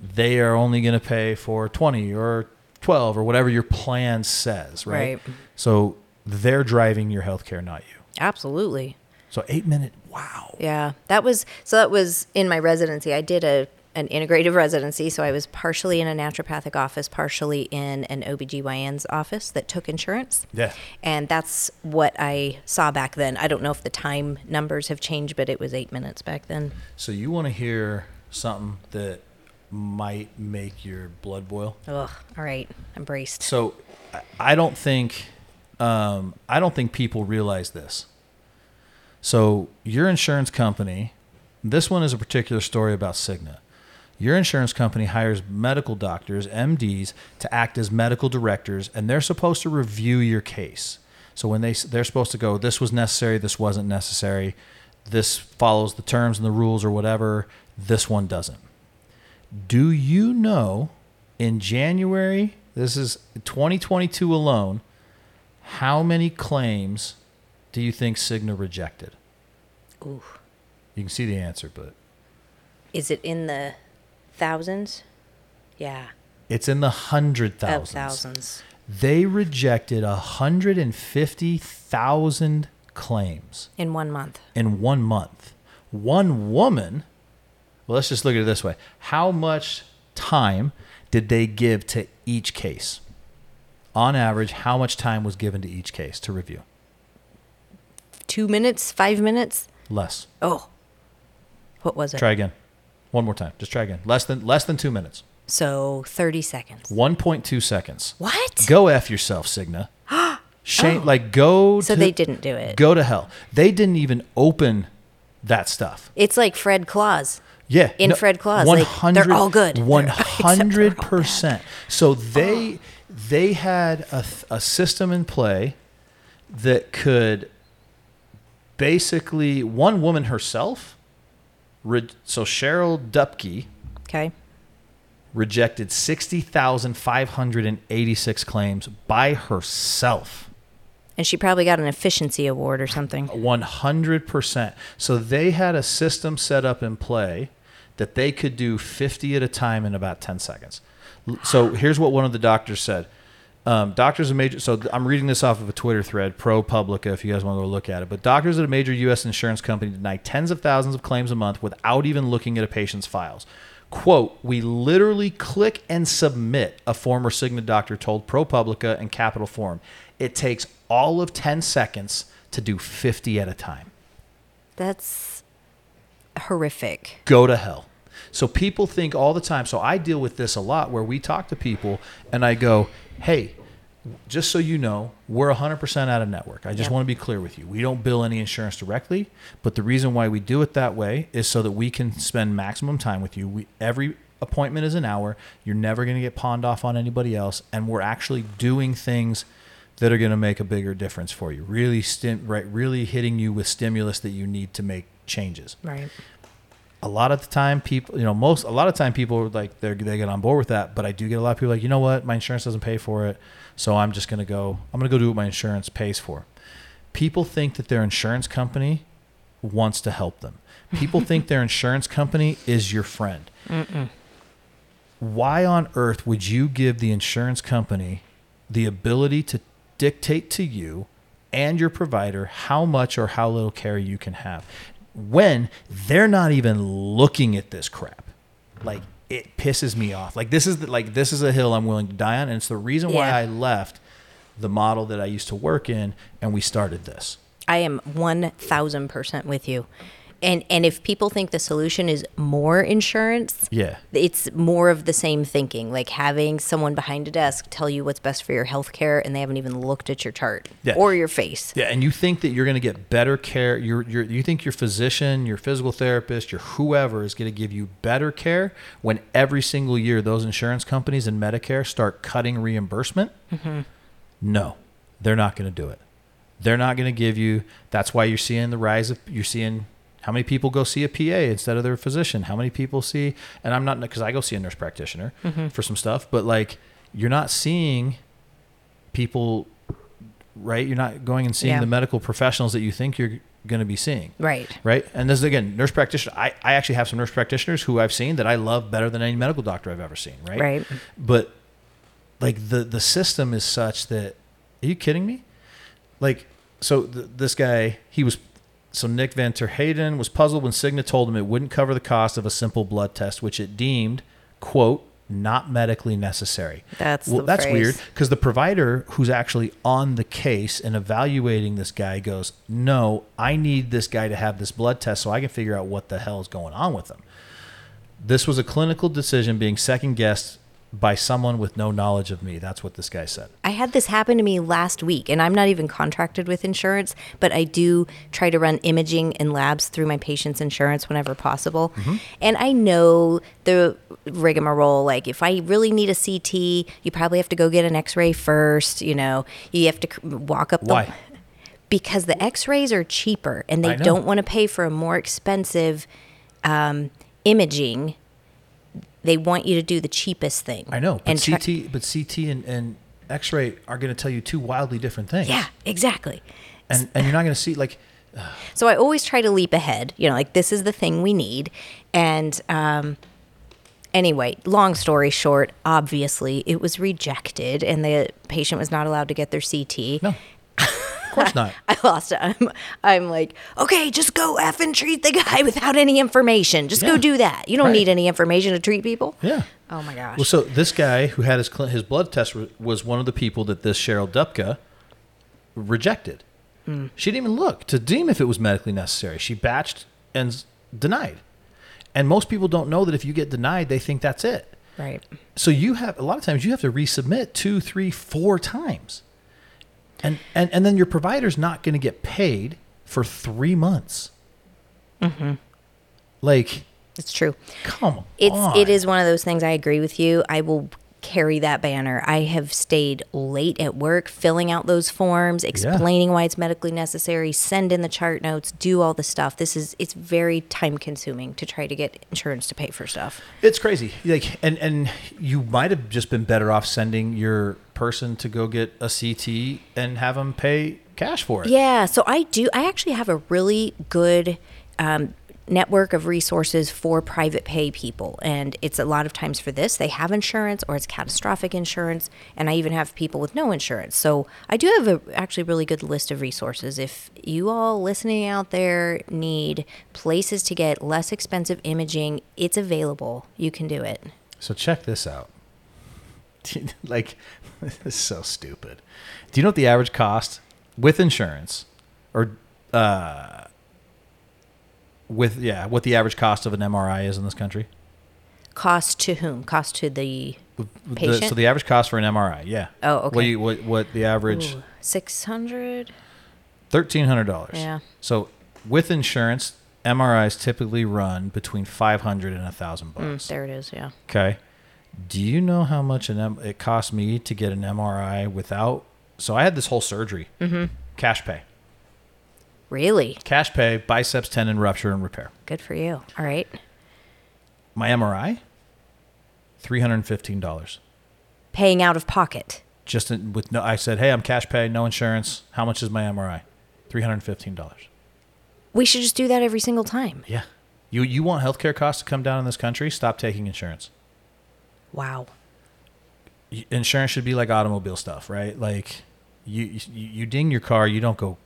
A: they are only going to pay for 20 or 12 or whatever your plan says right,
B: Right.
A: so they're driving your healthcare not you
B: Absolutely.
A: so eight minute. Wow.
B: Yeah, that was so. That was in my residency. I did a an integrative residency, so I was partially in a naturopathic office, partially in an OBGYN's office that took insurance.
A: Yeah.
B: And that's what I saw back then. I don't know if the time numbers have changed, but it was eight minutes back then.
A: So you want to hear something that might make your blood boil?
B: Ugh. All right, I'm braced.
A: So I- I don't think um, I don't think people realize this. So your insurance company, this one is a particular story about Cigna. Your insurance company hires medical doctors, MDs, to act as medical directors, and they're supposed to review your case. So when they s- they're supposed to go, this was necessary, this wasn't necessary, this follows the terms and the rules or whatever, this one doesn't. Do you know in January, this is 2022 alone, how many claims do you think Cigna rejected?
B: Ooh.
A: You can see the answer, but
B: Is it in the thousands? Yeah,
A: it's in the hundred
B: of
A: thousands.
B: thousands.
A: They rejected 150,000 claims
B: in one month.
A: in one month. One woman, well, let's just look at it this way how much time did they give to each case? On average, how much time was given to each case to review?
B: Two minutes, five minutes.
A: Less.
B: Oh, what was it?
A: Try again. One more time. Just try again. Less than less than two minutes.
B: So 30 seconds.
A: 1.2 seconds.
B: What? Oh.
A: Go F yourself, Cigna. Shame, like go
B: So
A: to,
B: they didn't do it.
A: Go to hell. They didn't even open that stuff.
B: It's like Fred Claus.
A: Yeah.
B: In Fred Claus, like, they're
A: 100
B: all good. They're-
A: One
B: except they're all
A: hundred percent. So they they had a, th- a system in play that could basically one woman herself. Re- so Cheryl Dupke
B: Okay.
A: rejected sixty thousand five hundred and eighty six claims by herself.
B: And she probably got an efficiency award or something.
A: 100%. So they had a system set up in play that they could do 50 at a time in about 10 seconds. L- So here's what one of the doctors said. Um, doctors of major, so th- I'm reading this off of a Twitter thread, ProPublica, if you guys want to go look at it. But doctors at a major U.S. insurance company deny tens of thousands of claims a month without even looking at a patient's files. Quote, we literally click and submit, a former Cigna doctor told ProPublica in Capital Form. It takes all of 10 seconds to do 50 at a time.
B: That's horrific.
A: Go to hell. So people think all the time. So I deal with this a lot where we talk to people and I go, hey, just so you know, we're 100% out of network. I just
B: Yeah.
A: want to be clear with you. We don't bill any insurance directly, but the reason why we do it that way is so that we can spend maximum time with you. We, every appointment is an hour. You're never going to get pawned off on anybody else. And we're actually doing things that are going to make a bigger difference for you. Really, stim- right, really hitting you with stimulus that you need to make changes
B: Right.
A: a lot of the time people you know most a lot of time people are like they they get on board with that but i do get a lot of people like you know what my insurance doesn't pay for it so i'm just going to go i'm going to go do what my insurance pays for people think that their insurance company wants to help them people think their insurance company is your friend why on earth would you give the insurance company the ability to dictate to you and your provider how much or how little care you can have when they're not even looking at this crap like it pisses me off like this is the, like this is a hill i'm willing to die on and it's the reason why
B: Yeah.
A: i left the model that i used to work in and we started this
B: I am 1000% with you. And and if people think the solution is more insurance,
A: yeah
B: it's more of the same thinking, like having someone behind a desk tell you what's best for your health care and they haven't even looked at your chart
A: Yeah.
B: or your face.
A: Yeah, and you think that you're going to get better care. You're, you're, you think your physician, your physical therapist, your whoever is going to give you better care when every single year those insurance companies and Medicare start cutting reimbursement? No, they're not going to do it. They're not going to give you. That's why you're seeing the rise of. You're seeing how many people go see a PA instead of their physician. How many people see? And I'm not because I go see a nurse practitioner for some stuff, but like you're not seeing people, right? You're not going and seeing
B: Yeah.
A: the medical professionals that you think you're going to be seeing.
B: Right.
A: Right. And this is again, nurse practitioner. I, I actually have some nurse practitioners who I've seen that I love better than any medical doctor I've ever seen. Right.
B: Right.
A: But like the, the system is such that, are you kidding me? Like, so th- this guy, he was, so Nick Van Terheyden was puzzled when Cigna told him it wouldn't cover the cost of a simple blood test, which it deemed, quote, not medically necessary.
B: That's
A: well,
B: the
A: that's
B: phrase.
A: weird because the provider who's actually on the case and evaluating this guy goes, No, I need this guy to have this blood test so I can figure out what the hell is going on with him. This was a clinical decision being second guessed by someone with no knowledge of me. That's what this guy said.
B: I had this happen to me last week, and I'm not even contracted with insurance, but I do try to run imaging and labs through my patient's insurance whenever possible.
A: Mm-hmm.
B: And I know the rigmarole like, if I really need a CT, you probably have to go get an x ray first. You know, you have to c- walk up the.
A: Why?
B: Because the x rays are cheaper and
A: I
B: they
A: know.
B: don't want to pay for a more expensive um, imaging. They want you to do the cheapest thing.
A: I know, but
B: try-
A: CT, but CT and, and X ray are going to tell you two wildly different things.
B: Yeah, exactly.
A: and and you're not going to see like
B: So I always try to leap ahead, you know, like this is the thing we need. And um, anyway, long story short, obviously it was rejected and the patient was not allowed to get their CT.
A: no, of course not.
B: I lost it. I'm, I'm like, okay, just go F and treat the guy without any information. Just
A: Yeah.
B: go do that. You don't
A: Right.
B: need any information to treat people.
A: Yeah.
B: Oh my gosh.
A: Well, so this guy who had his cl- his blood test re- was one of the people that this Cheryl Dupka rejected.
B: Hmm.
A: She didn't even look to deem if it was medically necessary. She batched and s- denied. And most people don't know that if you get denied, they think that's it.
B: right.
A: So you have a lot of times you have to resubmit two, three, four times, and and and then your provider's not going to get paid for three months. Mm-hmm. Like,
B: It's true.
A: come
B: It's
A: on,
B: it is one of those things. I agree with you. I will carry that banner. I have stayed late at work filling out those forms, explaining why it's medically necessary, send in the chart notes, do all the stuff. This is it's very time consuming to try to get insurance to pay for stuff.
A: It's crazy. Like, and and you might have just been better off sending your person to go get a CT and have them pay cash for it.
B: Yeah, so I do. I actually have a really good um, network of resources for private pay people, and it's a lot of times for this they have insurance or it's catastrophic insurance, and I even have people with no insurance. So I do have a actually really good list of resources. If you all listening out there need places to get less expensive imaging, it's available. You can do it.
A: So check this out. like, this is so stupid. Do you know what the average cost with insurance, or uh, with yeah, what the average cost of an MRI is in this country?
B: Cost to whom? Cost to the
A: The-
B: Patient?
A: so the average cost for an MRI, yeah.
B: Oh,
A: What,
B: okay.
A: you, what what the average?
B: six hundred.
A: Thirteen hundred dollars.
B: Yeah.
A: So with insurance, MRIs typically run between five hundred and a
B: Mm.
A: thousand bucks.
B: There it is. Yeah.
A: Okay. Do you know how much an M- it cost me to get an MRI without? So I had this whole surgery. Mm-hmm. Cash pay.
B: Really?
A: Cash pay. Biceps tendon rupture and repair.
B: Good for you. All right.
A: My MRI, three hundred and fifteen dollars.
B: paying out of pocket.
A: Just in, with no, I said, hey, I'm cash pay, no insurance. How much is my MRI? Three hundred and fifteen dollars.
B: We should just do that every single time.
A: Yeah. You you want healthcare costs to come down in this country? Stop taking insurance.
B: Wow.
A: Y- Insurance should be like automobile stuff, right? Like you you, you ding your car, you don't go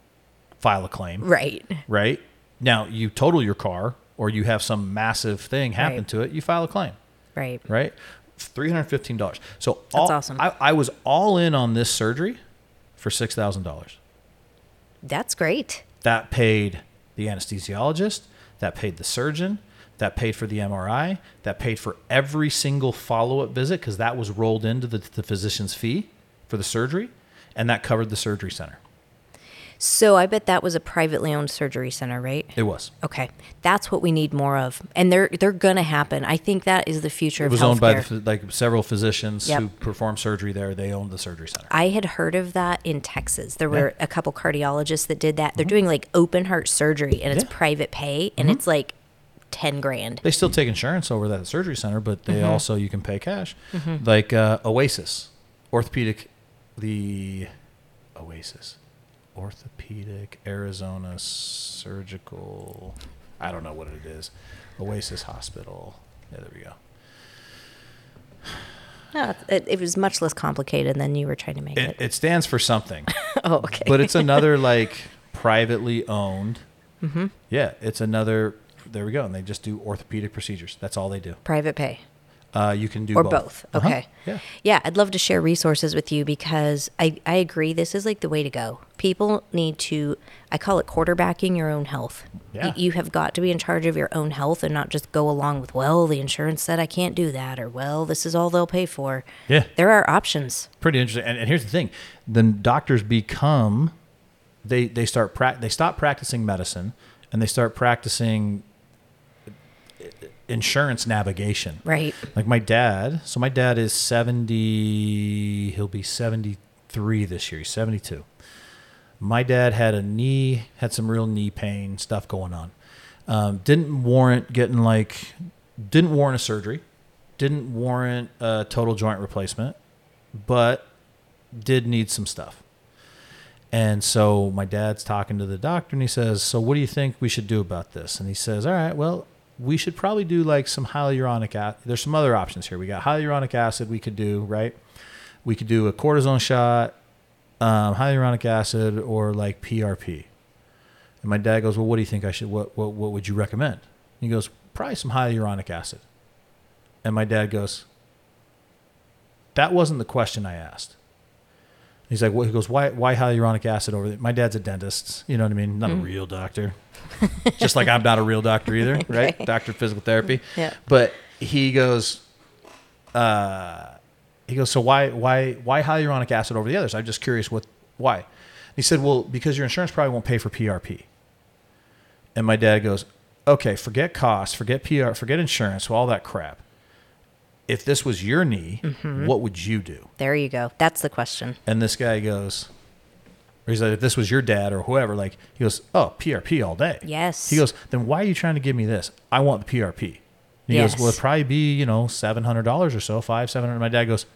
A: file a claim.
B: Right.
A: right? Now you total your car or you have some massive thing happen
B: Right.
A: to it, you file a claim,
B: Right.
A: right? Three hundred fifteen dollars. So all,
B: awesome.
A: I, I was all in on this surgery for six thousand dollars.
B: That's great.
A: That paid the anesthesiologist, that paid the surgeon, that paid for the MRI, that paid for every single follow up visit because that was rolled into the, the physician's fee for the surgery, and that covered the surgery center.
B: So I bet that was a privately owned surgery center, right?
A: It was.
B: Okay, that's what we need more of, and they're they're gonna happen. I think that is the future
A: It
B: of
A: was
B: healthcare.
A: owned by the, ph- like several physicians
B: Yep.
A: who performed surgery there. They owned the surgery center.
B: I had heard of that in Texas. There were a couple cardiologists that did that. They're doing like open heart surgery, and
A: Mm-hmm. Yeah.
B: it's
A: Mm-hmm.
B: private pay, and it's like ten grand.
A: They still take insurance over that surgery center, but they also you can pay cash. Like uh, Oasis, orthopedic, the Oasis, orthopedic Arizona surgical. I don't know what it is. Oasis Hospital. Yeah, there we go.
B: No, it, it was much less complicated than you were trying to make it.
A: It, it stands for something.
B: Oh, okay.
A: but it's another like privately owned.
B: Mm-hmm.
A: Yeah, it's another. There we go, and they just do orthopedic procedures. That's all they do.
B: private pay.
A: Uh, you can do
B: or
A: both.
B: both.
A: Uh-huh.
B: Okay.
A: Yeah.
B: Yeah, I'd love to share resources with you because I, I agree this is like the way to go. People need to I call it quarterbacking your own health.
A: Yeah.
B: Y- You have got to be in charge of your own health and not just go along with well, the insurance said I can't do that or well, this is all they'll pay for.
A: Yeah.
B: There are options.
A: Pretty interesting. And, and here's the thing: then doctors become they they start pra- they stop practicing medicine and they start practicing uh, insurance navigation.
B: Right.
A: Like my dad. So my dad is 70, he'll be 73 this year. He's 72. My dad had a knee, had some real knee pain stuff going on. Um, didn't warrant getting like, didn't warrant a surgery, didn't warrant a total joint replacement, but did need some stuff. And so my dad's talking to the doctor and he says, So what do you think we should do about this? And he says, All right, well, we should probably do like some hyaluronic acid. There's some other options here. We got hyaluronic acid we could do, right? We could do a cortisone shot, um, hyaluronic acid, or like PRP. And my dad goes, Well, what do you think I should, what, what, what would you recommend? And he goes, Probably some hyaluronic acid. And my dad goes, That wasn't the question I asked. He's like, well, he goes, why, why hyaluronic acid over there? My dad's a dentist. You know what I mean? Not a real doctor. Just like I'm not a real doctor either, right? Doctor of physical therapy.
B: Yeah.
A: But he goes, uh, he goes, so why, why, why hyaluronic acid over the others? I'm just curious what, why? He said, well, because your insurance probably won't pay for PRP. And my dad goes, okay, forget cost, forget PR, forget insurance, all that crap. If this was your knee, what would you do?
B: There you go. That's the question.
A: And this guy goes, or he's like, if this was your dad or whoever, like, he goes, oh, PRP all day.
B: Yes.
A: He goes, then why are you trying to give me this? I want the PRP. And he
B: Yes.
A: goes, well, it'd probably be, you know, $700 or so, five, 700. My dad goes,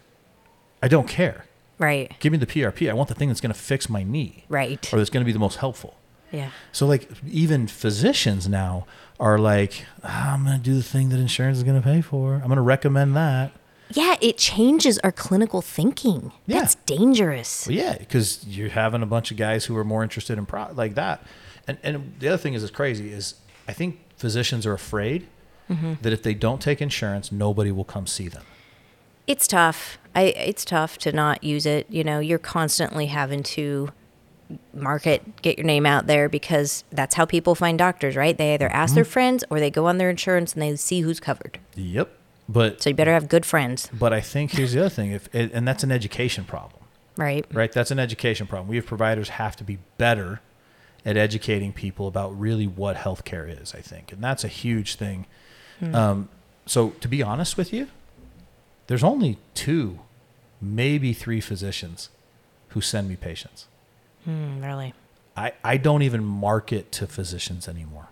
A: I don't care.
B: Right.
A: Give me the PRP. I want the thing that's going to fix my knee.
B: Right.
A: Or that's going to be the most helpful.
B: Yeah.
A: So like even physicians now are like, "Ah, I'm going to do the thing that insurance is going to pay for. I'm going to recommend that.
B: Yeah, it changes our clinical thinking.
A: Yeah.
B: That's dangerous.
A: Well, yeah, because you're having a bunch of guys who are more interested in pro like that. And and the other thing is, it's crazy is I think physicians are afraid that if they don't take insurance, nobody will come see them.
B: it's tough. I it's tough to not use it. You know, you're constantly having to market, get your name out there because that's how people find doctors, right? They either ask
A: Mm-hmm.
B: their friends or they go on their insurance and they see who's covered.
A: Yep. But
B: So you better have good friends,
A: but I think here's the other thing, if and and that's an education problem,
B: right?
A: right? That's an education problem. We as providers have to be better at educating people about really what healthcare is. I think, and that's a huge thing. Um, so to be honest with you, there's only two, maybe three physicians who send me patients.
B: Mm, really.
A: I, I don't even market to physicians anymore.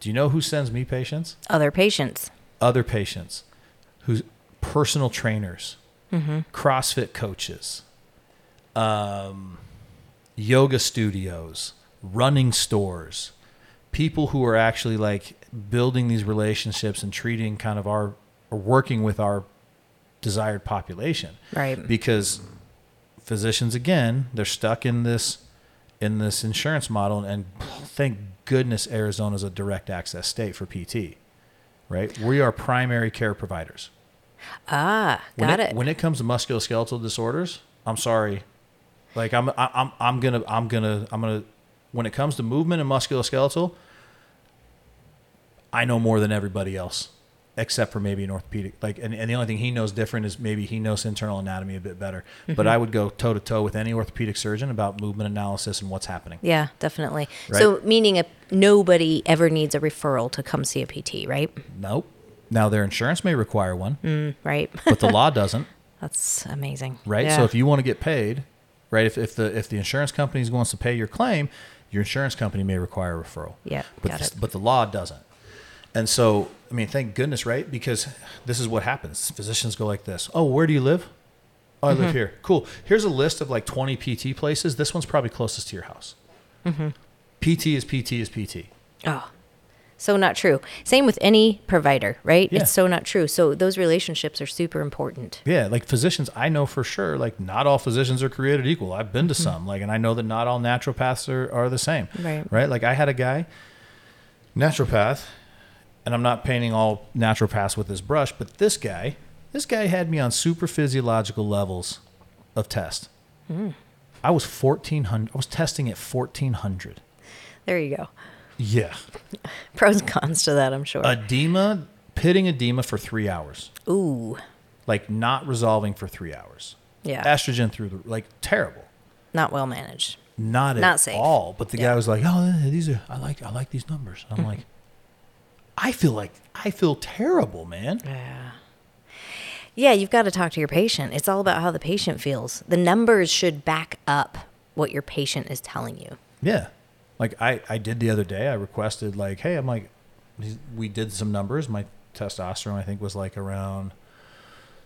A: Do you know who sends me patients?
B: Other patients.
A: other patients, who's personal trainers, CrossFit coaches, um, yoga studios, running stores, people who are actually like building these relationships and treating kind of our or working with our desired population
B: Right.
A: because physicians again they're stuck in this in this insurance model and thank goodness arizona's a direct access state for pt right we are primary care providers
B: Ah,
A: when
B: got it.
A: when it comes to musculoskeletal disorders i'm sorry like i'm I- i'm i'm gonna i'm gonna i'm gonna when it comes to movement and musculoskeletal i know more than everybody else except for maybe an orthopedic like and, and the only thing he knows different is maybe he knows internal anatomy a bit better
B: Mm-hmm.
A: but i would go toe to toe with any orthopedic surgeon about movement analysis and what's happening
B: Yeah, definitely. So, meaning a, nobody ever needs a referral to come see a PT, right?
A: nope now their insurance may require one
B: Mm. Right.
A: but the law doesn't
B: That's amazing.
A: right?
B: Yeah.
A: So if you want to get paid, right? If, if the if the insurance company is wants to pay your claim, your insurance company may require a referral.
B: Yeah,
A: but
B: got
A: the,
B: it.
A: but the law doesn't. And so, I mean, thank goodness, right? Because this is what happens. Physicians go like this. Oh, where do you live? Oh, I
B: Mm-hmm.
A: live here. Cool. Here's a list of like 20 PT places. This one's probably closest to your house.
B: Mm-hmm.
A: PT is PT is PT.
B: oh, so not true. Same with any provider, right?
A: Yeah.
B: It's so not true. So those relationships are super important.
A: Yeah, like physicians, I know for sure, like not all physicians are created equal. I've been to
B: Hmm.
A: some, like, and I know that not all naturopaths are, are the same.
B: Right.
A: Right. Like I had a guy, naturopath, and I'm not painting all naturopaths with this brush, but this guy, this guy had me on super physiological levels of test.
B: Hmm.
A: I was 1400, I was testing at 1400.
B: There you go.
A: Yeah.
B: Pros and cons to that, I'm sure.
A: Uh, Edema, pitting edema for three hours,
B: Ooh,
A: like not resolving for three hours.
B: Yeah.
A: Estrogen through the, like terrible.
B: not well managed.
A: not at
B: Not safe.
A: all. But the
B: Yeah. Mm-hmm.
A: guy was like, "Oh, these are I like I like these numbers." And I'm like, "I feel like I feel terrible, man."
B: Yeah. Yeah, you've got to talk to your patient. It's all about how the patient feels. The numbers should back up what your patient is telling you.
A: Yeah, like I I did the other day. I requested like, "Hey, I'm like, we did some numbers. My testosterone I think was like around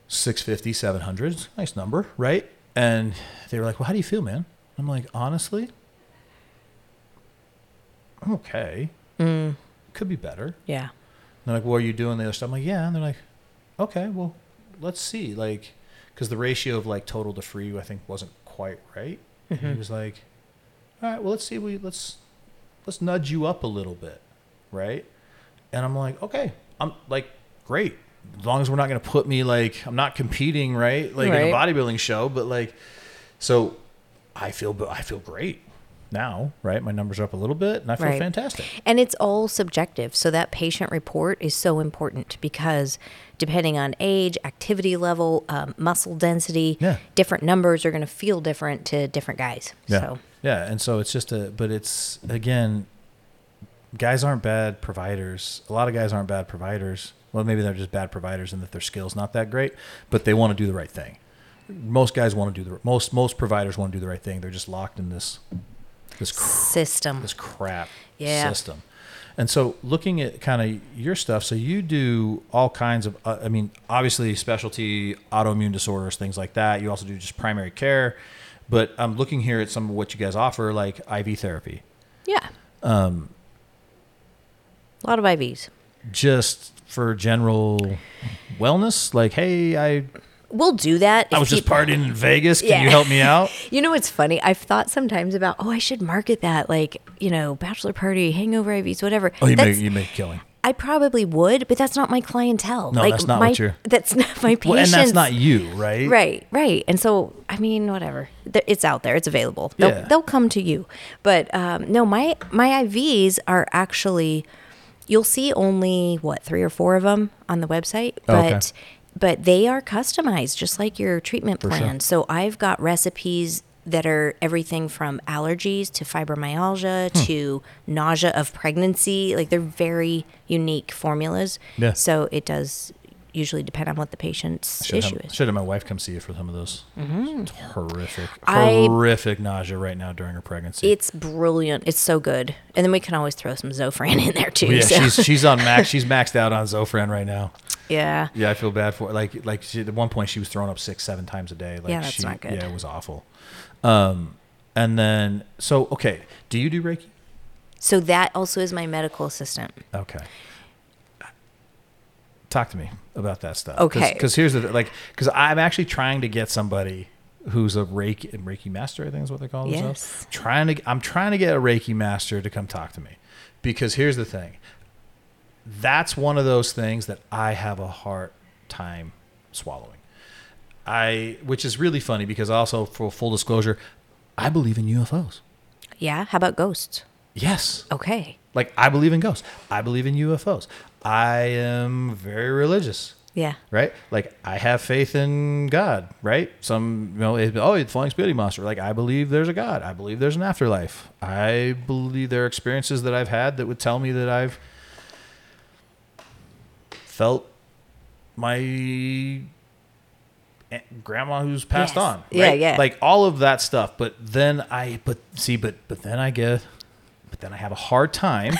A: 650, 700. It's a Nice number, right?" And they were like, "Well, how do you feel, man?" I'm like, "Honestly, I'm okay.
B: Mm.
A: Could be better."
B: Yeah.
A: And they're like, "Well, are you doing the other stuff?" I'm like, "Yeah." And they're like, "Okay, well, let's see." Like, because the ratio of like total to free, I think, wasn't quite right. And
B: Mm-hmm.
A: he was like, "All right, well, let's see. We let's let's nudge you up a little bit, right?" And I'm like, "Okay, I'm like, great." As long as we're not going to put me like I'm not competing, right? Like in a
B: Right.
A: bodybuilding show, but like, so I feel I feel great now, right? My numbers are up a little bit, and I feel
B: Right.
A: fantastic.
B: And it's all subjective. So that patient report is so important because depending on age, activity level, um, muscle density,
A: Yeah.
B: different numbers are going to feel different to different guys.
A: Yeah.
B: So
A: Yeah, and so it's just a but it's again guys aren't bad providers. A lot of guys aren't bad providers. Well, maybe they're just bad providers and that their skills not that great, but they want to do the right thing. Most guys want to do the most most providers want to do the right thing. They're just locked in this this cr-
B: system.
A: this crap
B: Yeah.
A: system. And so looking at kind of your stuff, so you do all kinds of uh, I mean, obviously specialty autoimmune disorders, things like that. You also do just primary care, but I'm looking here at some of what you guys offer like IV therapy.
B: Yeah. Um, a lot of IVs.
A: Just for general wellness, like hey, I
B: We'll do that.
A: I
B: if
A: was just
B: peop-
A: partying in Vegas. Can you
B: Yeah.
A: help me out?
B: You know what's funny? I've thought sometimes about, oh, I should market that, like, you know, bachelor party, hangover IVs, whatever.
A: Oh, you
B: That's-
A: make you make a killing.
B: I probably would, but that's not my clientele.
A: No,
B: like,
A: that's not
B: my,
A: what you're-
B: That's not my patients.
A: Well, and that's not you, right?
B: Right, right. And so, I mean, whatever. Th- It's out there. It's available. They'll,
A: Yeah.
B: they'll come to you. But um, no, my my IVs are actually. You'll see only what three or four of them on the website,
A: Oh, Okay.
B: but but they are customized just like your treatment
A: sure.
B: plan. So I've got recipes that are everything from allergies to fibromyalgia
A: Hmm.
B: to nausea of pregnancy. Like they're very unique formulas.
A: Yeah.
B: So it does usually depend on what the patient's
A: Should
B: issue
A: have,
B: is.
A: should have my wife come see you for some of those. It's horrific,
B: Mm-hmm. I-
A: horrific nausea right now during her pregnancy.
B: It's brilliant. It's so good. And then we can always throw some Zofran in there too.
A: Oh, yeah,
B: so.
A: she's she's on max. She's maxed out on Zofran right now.
B: Yeah.
A: Yeah, I feel bad for like like she, at one point she was throwing up six seven times a day. Like
B: Yeah, that's
A: she,
B: not good.
A: Yeah, it was awful. Um, and then so okay, do you do Reiki?
B: So that also is my medical assistant.
A: Okay. Talk to me about that stuff.
B: Okay.
A: Because here's the th- like because I'm actually trying to get somebody who's a Reiki Reiki master I think is what they call themselves.
B: Yes.
A: Trying to I'm trying to get a Reiki master to come talk to me because here's the thing. That's one of those things that I have a hard time swallowing. I which is really funny because also for full disclosure, I believe in UFOs.
B: Yeah. How about ghosts?
A: Yes.
B: Okay.
A: Like I believe in ghosts. I believe in UFOs. I am very religious,
B: Yeah.
A: right? Like I have faith in God, right? Some you know, it, oh, it's flying spaghetti monster. Like I believe there's a God. I believe there's an afterlife. I believe there are experiences that I've had that would tell me that I've felt my aunt- grandma who's passed
B: Yes.
A: on. Right?
B: Yeah, yeah.
A: Like all of that stuff. But then I, but see, but but then I get, but then I have a hard time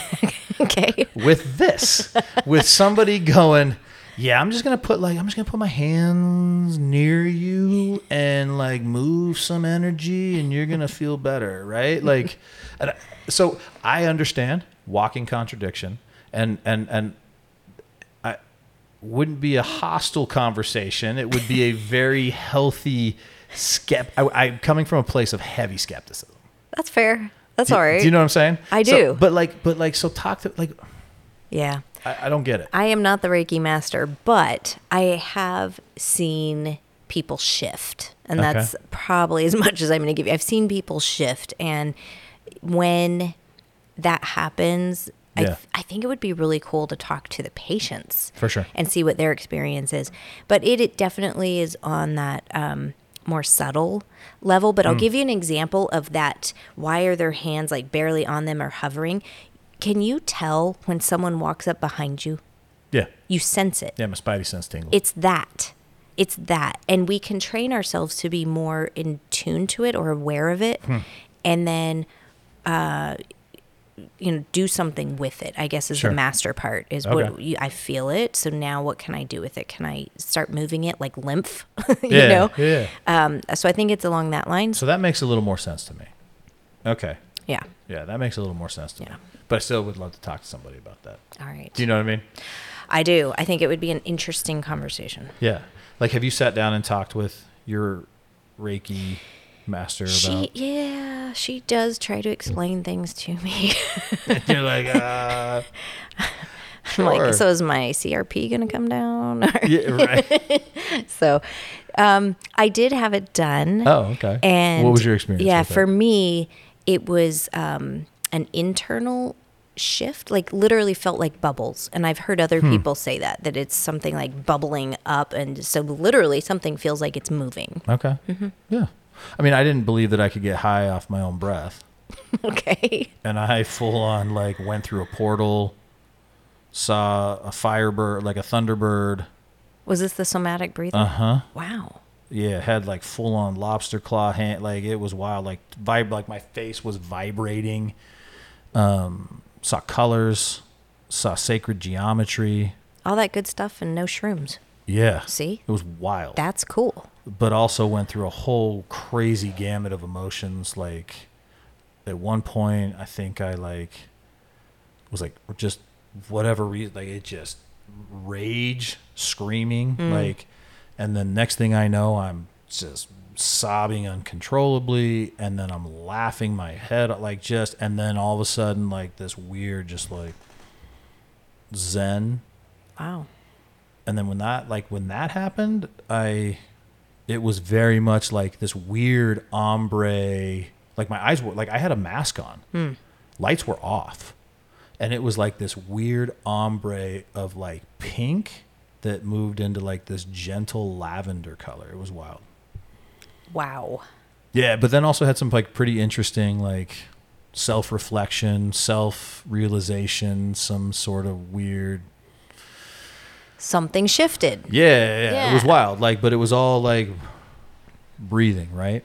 B: Okay.
A: with this with somebody going yeah i'm just gonna put like i'm just gonna put my hands near you and like move some energy and you're gonna feel better right like and I- so i understand walking contradiction and and and i wouldn't be a hostile conversation it would be a very healthy skept I, i'm coming from a place of heavy skepticism
B: That's fair. That's
A: do,
B: all right.
A: do you know what i'm saying
B: I
A: So-
B: do.
A: but like but like so talk to like
B: Yeah.
A: I, I don't get it
B: I am not the Reiki master, but I have seen people shift. And
A: Okay.
B: that's probably as much as I'm going to give you. I've seen people shift. And when that happens, I,
A: Yeah.
B: th- I think it would be really cool to talk to the patients
A: For sure.
B: and see what their experience is. But it, it definitely is on that um, more subtle level. But
A: Mm.
B: I'll give you an example of that. Why are their hands like barely on them or hovering? Can you tell when someone walks up behind you?
A: Yeah.
B: You sense it.
A: Yeah, my spidey sense tingle.
B: It's that. It's that. And we can train ourselves to be more in tune to it or aware of it
A: Hmm.
B: and then uh you know do something with it i guess is
A: Sure.
B: the master part is what
A: Okay.
B: you, i feel it so now what can i do with it can i start moving it like lymph you
A: yeah,
B: know
A: Yeah.
B: um so i think it's along that line
A: So that makes a little more sense to me. Okay.
B: yeah
A: Yeah, that makes a little more sense to me.
B: Yeah.
A: But I still would love to talk to somebody about that.
B: all right
A: Do you know what I mean?
B: i do i think it would be an interesting conversation
A: Yeah. Like, have you sat down and talked with your Reiki master about?
B: she yeah she does try to explain things to me
A: You're like, uh,
B: I'm
A: Sure.
B: like, so is my CRP going to come down?
A: yeah, right.
B: so um, I did have it done.
A: Oh, okay.
B: And
A: what was your experience?
B: Yeah,
A: with
B: for
A: it?
B: me, it was um, an internal shift, like literally felt like bubbles. And I've heard
A: Hmm.
B: other people say that, that it's something like bubbling up. And so literally something feels like it's moving.
A: Okay.
B: Mm-hmm.
A: Yeah. I mean, I didn't believe that I could get high off my own breath.
B: okay.
A: and I full on like went through a portal, saw a firebird, like a thunderbird.
B: Was this the somatic breathing?
A: Uh huh.
B: wow.
A: Yeah, had like full on lobster claw hand. Like it was wild. Like vibe. Like my face was vibrating. Um, saw colors. Saw sacred geometry.
B: All that good stuff and no shrooms.
A: Yeah.
B: See?
A: It was wild.
B: That's cool.
A: but also went through a whole crazy gamut of emotions. Like at one point, I think I like was like just whatever reason, like it just rage, screaming, like, and then next thing I know, I'm just sobbing uncontrollably, and then I'm laughing my head like just, and then all of a sudden, like this weird, just like zen
B: Wow.
A: and then when that like when that happened i it was very much like this weird ombre like my eyes were like i had a mask on lights were off and it was like this weird ombre of like pink that moved into like this gentle lavender color it was wild
B: Wow.
A: yeah but then also had some like pretty interesting like self-reflection self-realization some sort of weird
B: Something shifted.
A: Yeah, yeah, yeah. It was
B: Yeah.
A: wild. Like, but it was all like breathing, right?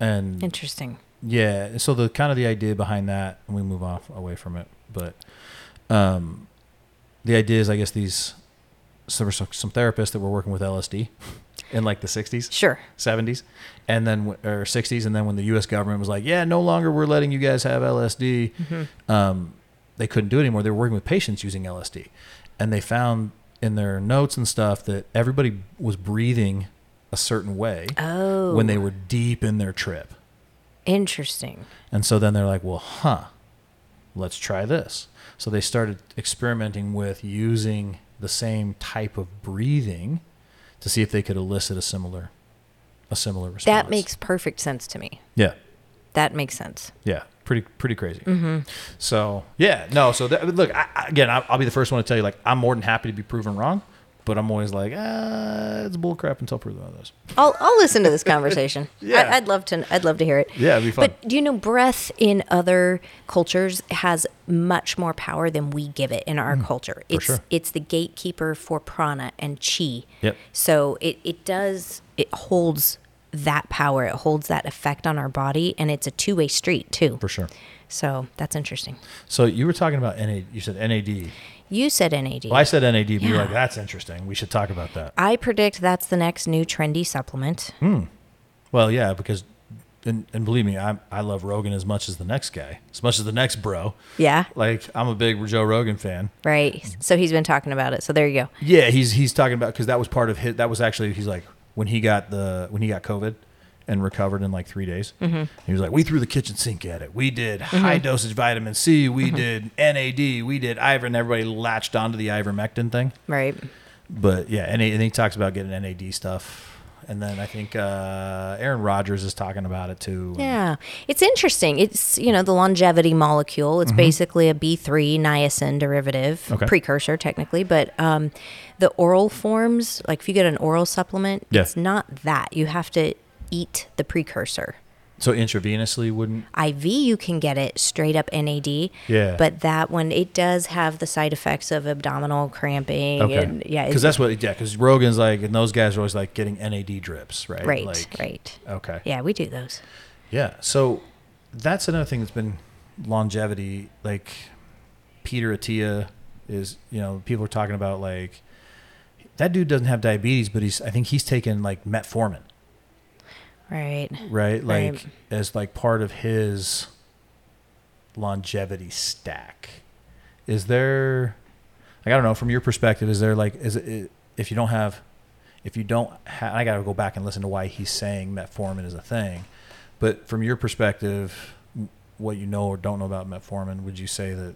A: And
B: Interesting.
A: yeah, so the kind of the idea behind that, and we move off away from it, but um, the idea is, I guess these so there were some, some therapists that were working with LSD in like the 60s.
B: Sure.
A: 70s and then w- or 60s and then when the US government was like yeah no longer we're letting you guys have LSD
B: Mm-hmm.
A: um, they couldn't do it anymore they were working with patients using LSD and they found in their notes and stuff that everybody was breathing a certain way
B: Oh.
A: when they were deep in their trip
B: Interesting.
A: and so then they're like well huh let's try this so they started experimenting with using the same type of breathing to see if they could elicit a similar a similar response
B: That makes perfect sense to me.
A: yeah
B: That makes sense.
A: Yeah, pretty pretty crazy. So yeah, no. So that, look, I, I- again, I, I'll be the first one to tell you, like, I'm more than happy to be proven wrong, but I'm always like, ah, it's bullcrap until proven otherwise.
B: I'll I'll listen to this conversation.
A: Yeah.
B: I, I'd love to. I'd love to hear it.
A: Yeah, it'd be fun.
B: But do you know breath in other cultures has much more power than we give it in our culture. It's
A: Hmm. sure.
B: it's the gatekeeper for prana and chi.
A: Yep.
B: So it it does it holds that power. It holds that effect on our body, and it's a two way street too.
A: For sure.
B: So that's interesting.
A: So you were talking about NAD. You said NAD.
B: You said NAD.
A: Well, I said NAD. But you're
B: Yeah.
A: like, that's interesting. We should talk about that.
B: I predict that's the next new trendy supplement.
A: Well, yeah, because. And, and believe me, I I love Rogan as much as the next guy, as much as the next bro.
B: Yeah.
A: Like I'm a big Joe Rogan fan.
B: Right. So he's been talking about it. So there you go.
A: Yeah, he's he's talking about because that was part of his. That was actually he's like when he got the when he got COVID and recovered in like three days.
B: Mm-hmm.
A: He was like, we threw the kitchen sink at it. We did high dosage vitamin C.
B: Mm-hmm.
A: We did NAD. We did ivermectin. Everybody latched onto the ivermectin thing.
B: Right.
A: But yeah, and he, and he talks about getting NAD stuff. And then I think uh, Aaron Rodgers is talking about it too.
B: Yeah. It's interesting. It's, you know, the longevity molecule. It's basically a B3 niacin derivative,
A: Mm-hmm. Okay.
B: precursor technically, but um, the oral forms, like if you get an oral supplement,
A: Yeah.
B: it's not that. You have to eat the precursor.
A: So intravenously wouldn't.
B: IV, you can get it straight up NAD.
A: Yeah.
B: But that one, it does have the side effects of abdominal cramping. And yeah.
A: Because
B: It's,
A: that's what. Yeah. Because Rogan's like, and those guys are always like getting NAD drips, right?
B: right.
A: Like,
B: right.
A: Okay.
B: Yeah. We do those.
A: Yeah. So that's another thing that's been longevity. Like Peter Attia is, you know, people are talking about like that dude doesn't have diabetes, but he's I think he's taken like metformin,
B: Right.
A: right? Like
B: Right.
A: as like part of his longevity stack. Is there like I don't know from your perspective is there like is it if you don't have if you don't ha I got to go back and listen to why he's saying metformin is a thing. But from your perspective, m- what you know or don't know about metformin, would you say that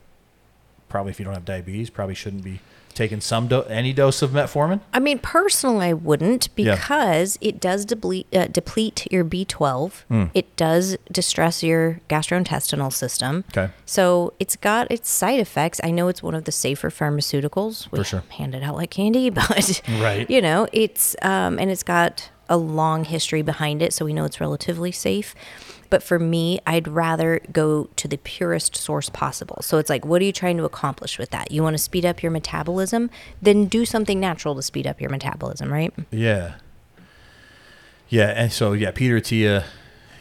A: probably if you don't have diabetes, probably shouldn't be taking some do- any dose of metformin?
B: I mean, personally, I wouldn't
A: Yeah.
B: because it does deplete, uh, deplete your B12. It does distress your gastrointestinal system.
A: Okay.
B: So it's got its side effects. I know it's one of the safer pharmaceuticals. We
A: For sure.
B: hand it out like candy, but
A: Right.
B: you know, it's um, and it's got a long history behind it, so we know it's relatively safe. But for me, I'd rather go to the purest source possible. So it's like, what are you trying to accomplish with that? You want to speed up your metabolism? Then do something natural to speed up your metabolism, right?
A: Yeah. Yeah, and so yeah, Peter Attia,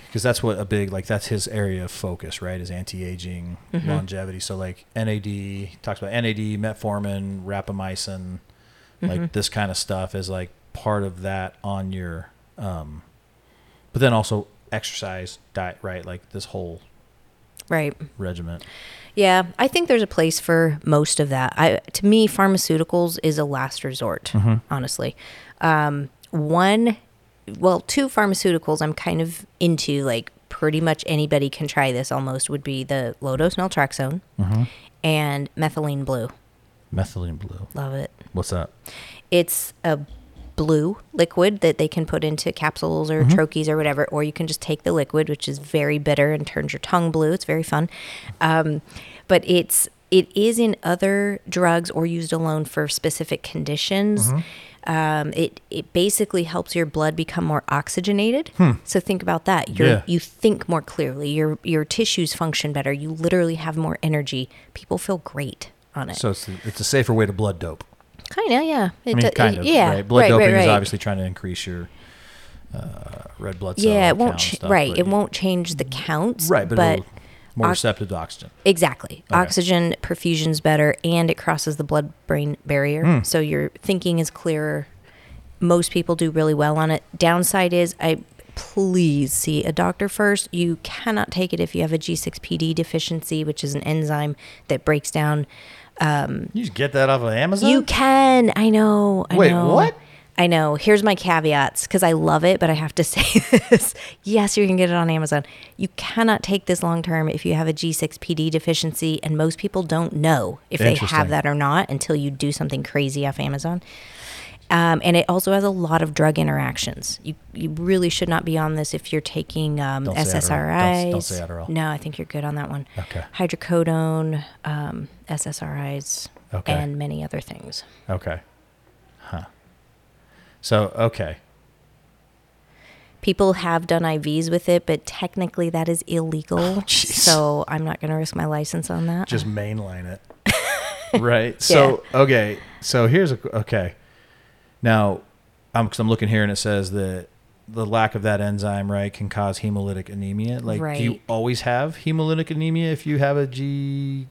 A: because that's what a big like that's his area of focus, right? Is anti-aging, longevity. So like NAD talks about NAD, metformin, rapamycin, like this kind of stuff is like part of that on your, um, but then also exercise, diet, right? Like this whole
B: Right.
A: regiment.
B: Yeah, I think there's a place for most of that. I, to me, pharmaceuticals is a last resort, honestly. Um, one, well, two pharmaceuticals I'm kind of into, like pretty much anybody can try this almost, would be the low dose naltrexone and methylene blue.
A: Methylene blue.
B: Love it.
A: What's that?
B: It's a blue liquid that they can put into capsules or
A: Mm-hmm.
B: trochees or whatever, or you can just take the liquid, which is very bitter and turns your tongue blue. It's very fun, um, but it's it is in other drugs or used alone for specific conditions.
A: Mm-hmm.
B: Um, it it basically helps your blood become more oxygenated. So think about that. You're,
A: Hmm. Yeah.
B: You think more clearly. Your your tissues function better. You literally have more energy. People feel great on it.
A: So it's it's a safer way to blood dope.
B: Kind of, yeah. It
A: I mean,
B: do-
A: kind of.
B: yeah.
A: Right? Blood
B: right,
A: doping
B: right,
A: is
B: right.
A: obviously trying to increase your uh, red blood cell.
B: Yeah, it won't.
A: count
B: Ch-
A: stuff,
B: right,
A: but
B: it
A: you- Mm-hmm.
B: won't change the counts.
A: Right, but,
B: but
A: it'll- more
B: Ox-
A: receptive to oxygen.
B: Exactly.
A: Okay.
B: Oxygen perfusion's better and it crosses the blood brain barrier.
A: Hmm.
B: So your thinking is clearer. Most people do really well on it. Downside is I please see a doctor first. You cannot take it if you have a G6PD deficiency, which is an enzyme that breaks down.
A: You just get that off of Amazon.
B: You can. I know. I
A: Wait,
B: know.
A: what?
B: I know. Here's my caveats because I love it, but I have to say this. Yes, you can get it on Amazon. You cannot take this long term if you have a G6PD deficiency, and most people don't know if they
A: Interesting.
B: have that or not until you do something crazy off Amazon. Um, and it also has a lot of drug interactions. You you really should not be on this if you're taking um,
A: Don't say Adderall.
B: SSRIs.
A: Don't- don't say Adderall.
B: No, I think you're good on that one.
A: Okay.
B: Hydrocodone, um, SSRIs,
A: Okay.
B: and many other things.
A: okay, huh? So okay,
B: People have done IVs with it, but technically that is illegal.
A: Oh, jeez.
B: so I'm not going to risk my license on that.
A: just mainline it, right? So okay, so here's a okay. Now, I'm because I'm looking here and it says that the lack of that enzyme right can cause hemolytic anemia. Like, do you
B: Right.
A: always have hemolytic anemia if you have a G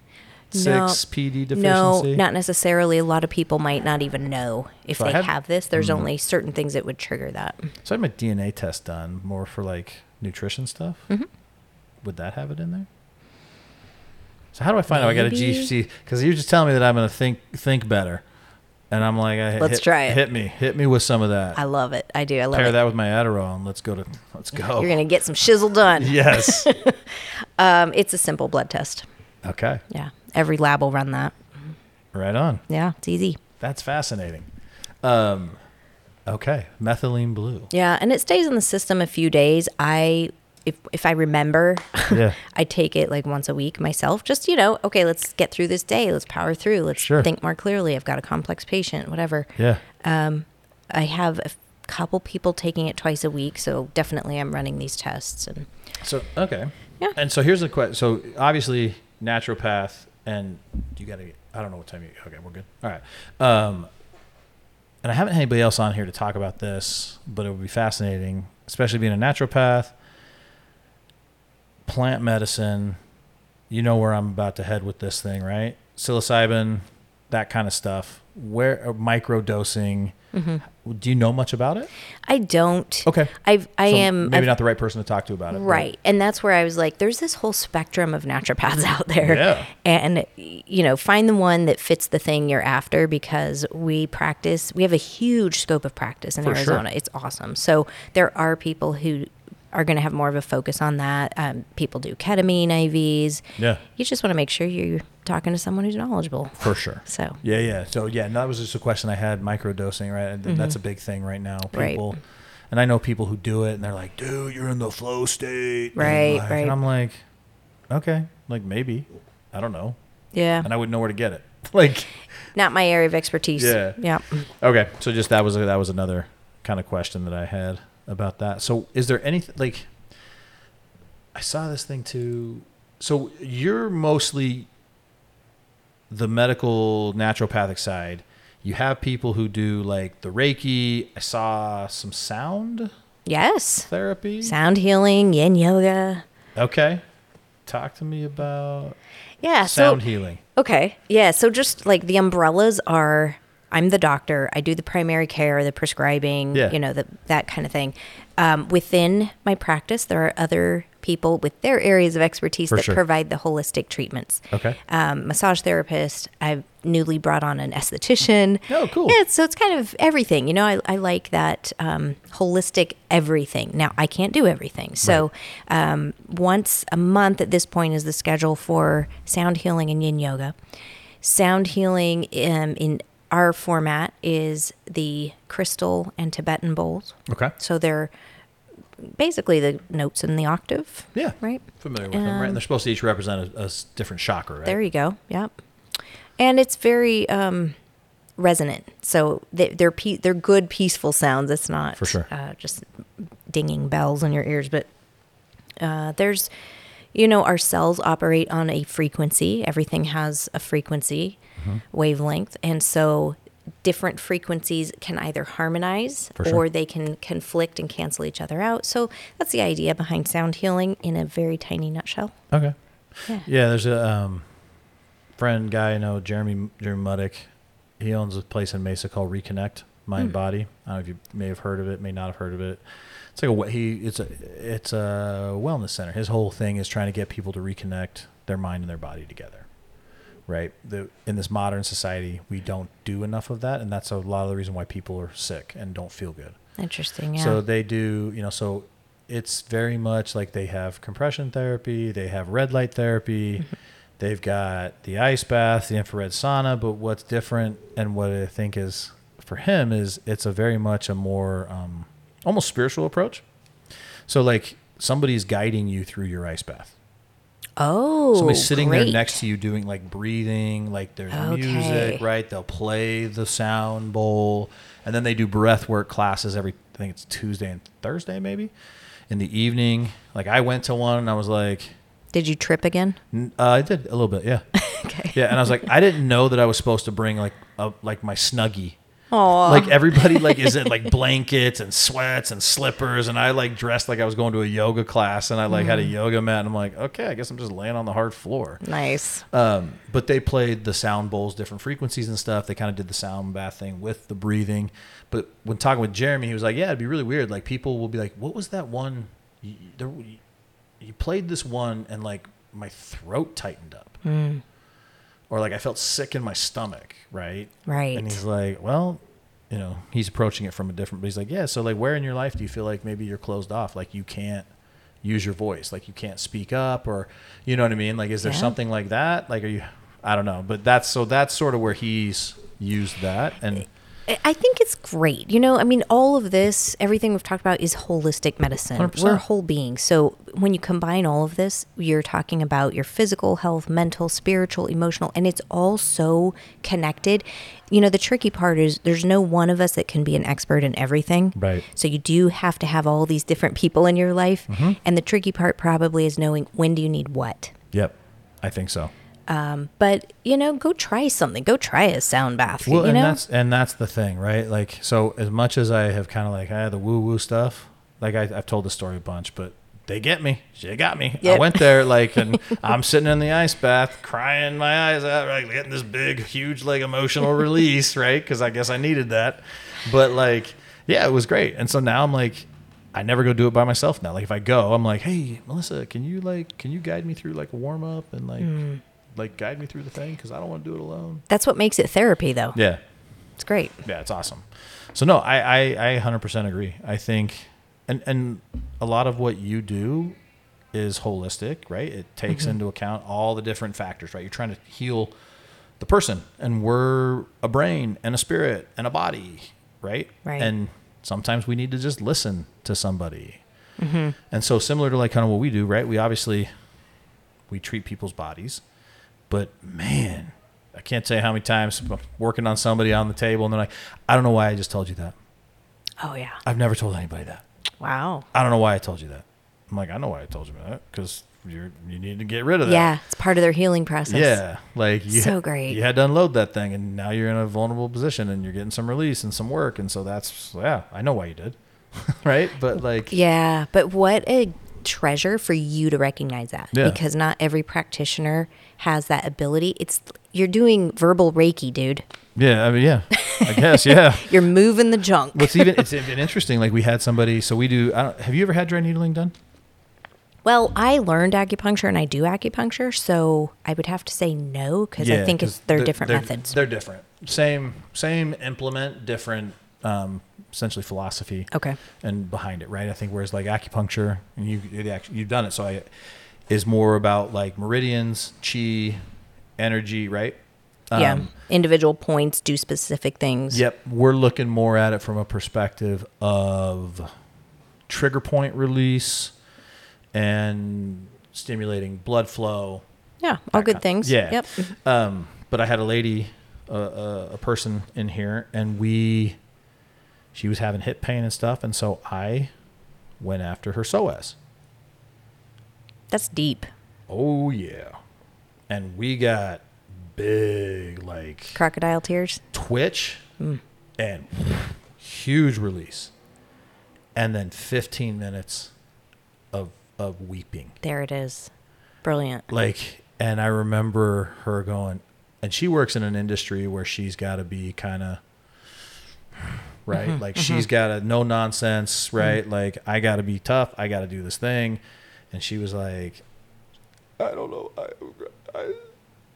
A: six
B: No.
A: PD deficiency?
B: no, not necessarily. A lot of people might not even know if
A: So I
B: they
A: had- Hmm.
B: have this. There's only certain things that would trigger that.
A: So I had my DNA test done more for like nutrition stuff.
B: Mm-hmm.
A: Would that have it in there? So how do I find out I got a
B: Maybe.
A: GC? Because you just telling me that I'm gonna think think better, and I'm like, I,
B: Let's
A: hit,
B: try it.
A: Hit me, hit me with some of that.
B: I love it. I do. I love
A: Pair
B: it.
A: that with my Adderall, and let's go to let's go.
B: You're going to get some shizzle done.
A: yes.
B: Um, it's a simple blood test.
A: okay.
B: Yeah. Every lab will run that.
A: Right on.
B: Yeah. It's easy.
A: That's fascinating. Um, okay. Methylene blue.
B: Yeah. And it stays in the system a few days. I, if, if I remember,
A: Yeah.
B: I take it like once a week myself. Just, you know, okay, let's get through this day. Let's power through. Let's
A: Sure.
B: think more clearly. I've got a complex patient, whatever.
A: Yeah.
B: I have a f- couple people taking it twice a week. So definitely I'm running these tests. And
A: So okay.
B: Yeah.
A: And so here's the question. So obviously naturopath and you got to. I don't know what time you. Okay, we're good. All right. Um, and I haven't had anybody else on here to talk about this, but it would be fascinating, especially being a naturopath, plant medicine. You know where I'm about to head with this thing, right? Psilocybin, that kind of stuff. Where uh, micro dosing. Do you know much about it?
B: I don't.
A: Mm-hmm. Okay.
B: I've, I
A: Oh, So
B: am.
A: maybe
B: I've-
A: not the right person to talk to about it. but-
B: Right. And that's where I was like, there's this whole spectrum of naturopaths out there.
A: Yeah.
B: And, you know, find the one that fits the thing you're after because we practice, we have a huge scope of practice in
A: For sure.
B: Arizona. It's awesome. So there are people who are going to have more of a focus on that. Um, people do ketamine IVs.
A: Yeah.
B: You just want to make sure you're talking to someone who's knowledgeable.
A: For sure.
B: So.
A: Yeah, yeah. So yeah, and that was just a question I had. Microdosing, right? And That's a big thing right now.
B: Mm-hmm. Right.
A: People, and I know people who do it, and they're like, "Dude, you're in the flow state." And
B: Right,
A: like-
B: right.
A: And I'm like, okay, like maybe, I don't know,
B: Yeah.
A: and I wouldn't know where to get it. Like,
B: Not my area of expertise.
A: Yeah.
B: Yeah.
A: okay, so just that was that was another kind of question that I had about that. So is there anything like? I saw this thing too. So you're mostly the medical naturopathic side. You have people who do like the Reiki. I saw some sound
B: Yes.
A: therapy.
B: Sound healing, yin yoga.
A: Okay. Talk to me about
B: Yeah. so,
A: sound healing.
B: Okay. Yeah. So just like the umbrellas are, I'm the doctor. I do the primary care, the prescribing,
A: Yeah.
B: you know, the, that kind of thing. Um, within my practice, there are other people with their areas of expertise
A: For
B: that
A: sure.
B: provide the holistic treatments.
A: Okay.
B: Um, massage therapist. I've newly brought on an esthetician.
A: Oh, cool.
B: Yeah, so it's kind of everything. You know, I, I like that um, holistic everything. Now, I can't do everything. So, um, once a month at this point is the schedule for sound healing and yin yoga. Sound healing um, in our format is the crystal and Tibetan bowls.
A: Okay.
B: Uh, So, they're basically the notes in the octave.
A: Yeah.
B: Right? Um,
A: Familiar with them, right? And they're supposed to each represent a, a s- different chakra, right?
B: There you go. Yep. And it's very um, resonant. So they, they're pe- they're good, peaceful sounds. It's not
A: For sure.
B: uh, just dinging bells in your ears. But uh, there's, you know, our cells operate on a frequency. Everything has a frequency,
A: Mm-hmm.
B: wavelength, and so different frequencies can either harmonize
A: For sure.
B: or they can conflict and cancel each other out. So that's the idea behind sound healing in a very tiny nutshell.
A: Okay.
B: Yeah.
A: Yeah, there's a um, friend guy I know, Jeremy Jeremy Muddick. He owns a place in Mesa called Reconnect Mind Body. I don't know if you may have heard of it, may not have heard of it. It's like a we- he it's a it's a wellness center. His whole thing is trying to get people to reconnect their mind and their body together. Right? The, in this modern society, we don't do enough of that, and that's a lot of the reason why people are sick and don't feel good.
B: Interesting. Yeah.
A: So they do, you know, so it's very much like they have compression therapy, they have red light therapy,
B: Mm-hmm.
A: they've got the ice bath, the infrared sauna. But what's different and what I think is for him is it's a very much a more um, almost spiritual approach. So, like, somebody's guiding you through your ice bath.
B: oh,
A: Somebody's sitting there
B: great.
A: next to you doing like breathing, like there's
B: Okay.
A: music, right? They'll play the sound bowl. And then they do breath work classes every, I think it's Tuesday and Thursday, maybe in the evening. Like I went to one and I was like,
B: Did you trip again?
A: n- uh, I did a little bit, yeah.
B: Okay.
A: Yeah. And I was like, I didn't know that I was supposed to bring like a, like my snuggie.
B: Aw.
A: Like everybody like is in like blankets and sweats and slippers and I like dressed like I was going to a yoga class and I like had
B: Mm-hmm.
A: a yoga mat and I'm like, okay, I guess I'm just laying on the hard floor.
B: nice.
A: Um, but they played the sound bowls, different frequencies and stuff. They kind of did the sound bath thing with the breathing. But when talking with Jeremy, he was like, "Yeah, it'd be really weird. Like people will be like, what was that one? You, you- there, you played this one, and like my throat tightened up, or like I felt sick in my stomach, right?
B: Right.
A: And he's like, well." You know, he's approaching it from a different. But he's like, yeah. So, like, where in your life do you feel like maybe you're closed off? Like, you can't use your voice. Like, you can't speak up, or you know what I mean? Like, is there
B: Yeah.
A: something? something like that? Like, are you? I don't know, but that's so that's sort of where he's used that, and
B: I- I think it's great. You know, I mean, all of this, everything we've talked about is holistic medicine.
A: 100%.
B: We're whole beings. So when you combine all of this, you're talking about your physical health, mental, spiritual, emotional, and it's all so connected. You know, the tricky part is there's no one of us that can be an expert in everything.
A: Right.
B: So you do have to have all these different people in your life.
A: Mm-hmm.
B: And the tricky part probably is knowing when do you need what.
A: yep, I think so.
B: But, you know, go try something. Go try a sound bath.
A: Well,
B: you
A: and
B: know?
A: that's and that's the thing, right? Like, so as much as I have kind of like ah, the woo woo stuff, like I, I've told the story a bunch, but they get me. She got me. I
B: Yep.
A: went there like, and I'm sitting in the ice bath, crying my eyes out, like getting this big, huge, like emotional release, right? Because I guess I needed that. But like, yeah, it was great. And so now I'm like. I never go do it by myself now. Like if I go, I'm like, "Hey, Melissa, can you like can you guide me through like a warm up and like
B: Mm.
A: like guide me through the thing cuz I don't want to do it alone."
B: that's what makes it therapy, though.
A: Yeah.
B: It's great.
A: Yeah, it's awesome. So no, I I, I 100% agree. I think and and a lot of what you do is holistic, right? It takes into account all the different factors, right? You're trying to heal the person and we're a brain and a spirit and a body, right?
B: Right.
A: And sometimes we need to just listen to somebody. And so similar to like kind of what we do, right? We obviously we treat people's bodies, but man, I can't say how many times I'm working on somebody on the table and they're like, I don't know why I just told you that.
B: Oh yeah.
A: I've never told anybody that.
B: Wow.
A: I don't know why I told you that. I'm like, I know why I told you that because you you need to get rid of that.
B: Yeah, it's part of their healing process.
A: Yeah, like you,
B: So great.
A: You had to unload that thing, and now you're in a vulnerable position, and you're getting some release and some work, and so that's yeah. I know why you did, right? But like,
B: Yeah, but what a treasure for you to recognize that
A: Yeah.
B: because not every practitioner has that ability. It's you're doing verbal reiki, dude.
A: yeah, I mean, yeah, I guess, yeah.
B: You're moving the junk.
A: What's even it's even interesting. Like we had somebody. So we do. I don't, have you ever had dry needling done?
B: well, I learned acupuncture and I do acupuncture, so I would have to say no because I think
A: 'cause
B: it's they're, different methods.
A: They're different. Same same implement, different um, essentially philosophy.
B: Okay.
A: And behind it, right? I think whereas like acupuncture, and you it act- you've done it, so I is more about like meridians, chi, energy, right?
B: yeah,
A: Um,
B: individual points do specific things.
A: Yep, we're looking more at it from a perspective of trigger point release and stimulating blood flow
B: Yeah, all good things.
A: yeah.
B: Yep.
A: Um, but I had a lady, uh, a, a person in here, and we, she was having hip pain and stuff, and so I went after her psoas.
B: That's deep.
A: Oh yeah, and we got big like
B: Crocodile tears.
A: twitch and huge release, and then 15 minutes of of weeping.
B: There it is. Brilliant.
A: Like, and I remember her going, and she works in an industry where she's got to be kind of right. like she's got to no nonsense, right? Like I got to be tough. I got to do this thing. And she was like, I don't know. I, I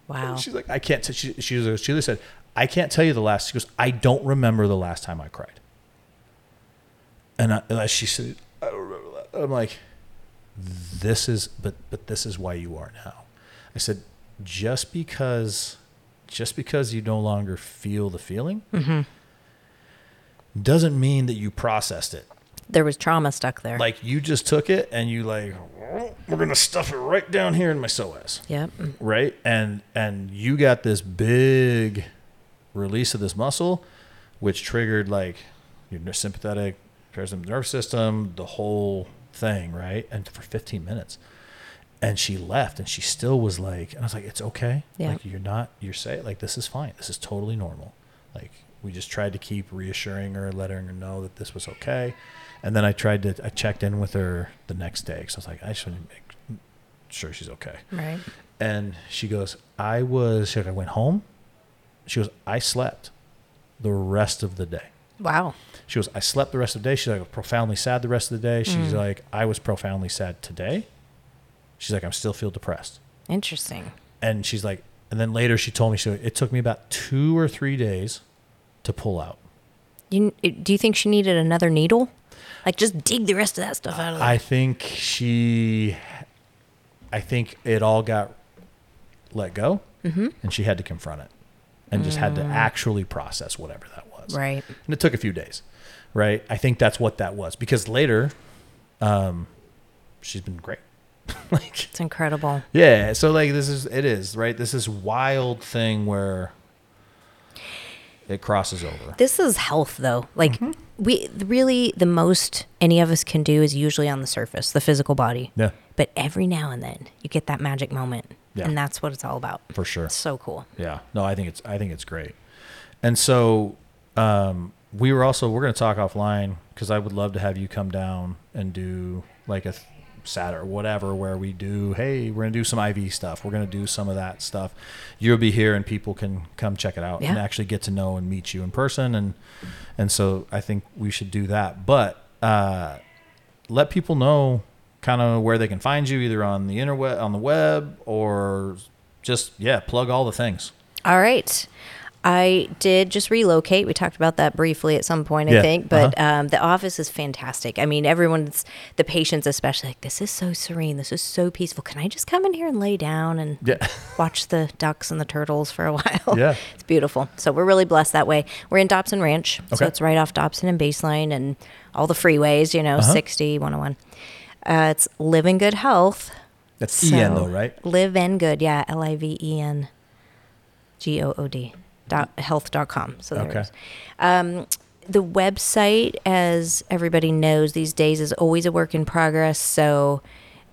B: Wow.
A: She's like, I can't. T-. She she was she said, I can't tell you the last. She goes, I don't remember the last time I cried. And I, and I- she said, I don't remember that. I'm like, this is, but but this is why you are now. I said, just because, just because you no longer feel the feeling, doesn't mean that you processed it.
B: There was trauma stuck there.
A: Like you just took it and you like, we're gonna stuff it right down here in my psoas
B: yep.
A: right and and you got this big release of this muscle which triggered like your ner- sympathetic parasympathetic nervous system the whole thing right and for 15 minutes and she left and she still was like and i was like it's okay
B: Yeah.
A: like you're not you're safe like this is fine this is totally normal like we just tried to keep reassuring her letting her know that this was okay and then i tried to i checked in with her the next day because i was like i should make sure she's okay
B: Right.
A: and she goes, I was, she goes, I went home. She goes, I slept the rest of the day.
B: Wow.
A: She goes, I slept the rest of the day. She's like, I was profoundly sad the rest of the day. She's like, I was profoundly sad today. She's like, I am still feel depressed.
B: Interesting.
A: And she's like, and then later she told me, she goes, it took me about two or three days to pull out.
B: You do you think she needed another needle? Like just dig the rest of that stuff out of there.
A: I think she, I think it all got let go
B: Mm-hmm.
A: and she had to confront it and just had to actually process whatever that was.
B: Mm. Right.
A: And it took a few days, right? I think that's what that was because later, um, she's been great. like,
B: It's incredible.
A: yeah. So like this is, it is right. This is wild thing where it crosses over.
B: This is health though. Like
A: Mm-hmm.
B: we really the most any of us can do is usually on the surface, the physical body.
A: Yeah,
B: But every now and then you get that magic moment.
A: Yeah.
B: And that's what it's all about.
A: for sure.
B: It's so cool.
A: Yeah. No, I think it's I think it's great. And so um, we were also we're going to talk offline because I would love to have you come down and do like a th- Saturday or whatever where we do hey we're going to do some IV stuff we're going to do some of that stuff. You'll be here and people can come check it out and
B: Yeah.
A: actually get to know and meet you in person and and so I think we should do that. But uh, let people know kind of where they can find you either on the interweb on the web or just yeah plug all the things
B: All right. I did just relocate. We talked about that briefly at some point, I
A: Yeah. Uh-huh.
B: think. But um, the office is fantastic. I mean, everyone's, the patients especially, like, this is so serene. This is so peaceful. Can I just come in here and lay down and
A: Yeah.
B: watch the ducks and the turtles for a while?
A: Yeah.
B: It's beautiful. So we're really blessed that way. We're in Dobson Ranch.
A: Okay.
B: So it's right off Dobson and Baseline and all the freeways, you
A: Uh-huh.
B: know, 60, 101. Uh, it's Live in Good Health.
A: That's
B: So-
A: EN E though, right?
B: Live and Good, yeah, L I V E N G O O D dot health dot com. So there it
A: Okay.
B: is. Um, the website, as everybody knows these days, is always a work in progress. So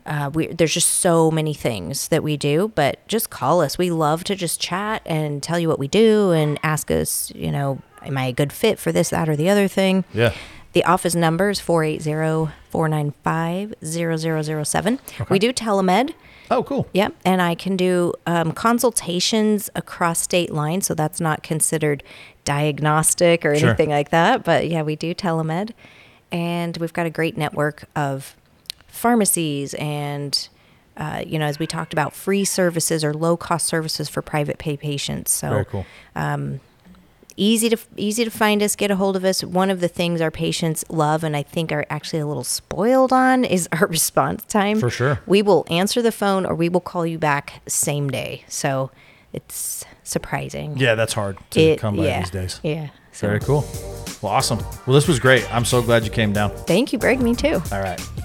B: uh, we, there's just so many things that we do, but just call us. We love to just chat and tell you what we do and ask us, you know, am I a good fit for this, that, or the other thing?
A: Yeah.
B: The office number is 480 495 0007. We do telemed.
A: Oh, cool.
B: Yep. And I can do um, consultations across state lines. So that's not considered diagnostic or
A: Sure.
B: anything like that. But yeah, we do telemed. And we've got a great network of pharmacies and, uh, you know, as we talked about, free services or low cost services for private pay patients. So
A: Very cool.
B: easy to easy to find us, get a hold of us. One of the things our patients love and I think are actually a little spoiled on is our response time.
A: For sure.
B: We will answer the phone or we will call you back same day. So it's surprising.
A: Yeah, that's hard to
B: It-
A: come by
B: yeah,
A: these days.
B: Yeah. So
A: Very cool. Well, awesome. Well, this was great. I'm so glad you came down.
B: thank you, Greg. Me too.
A: All right.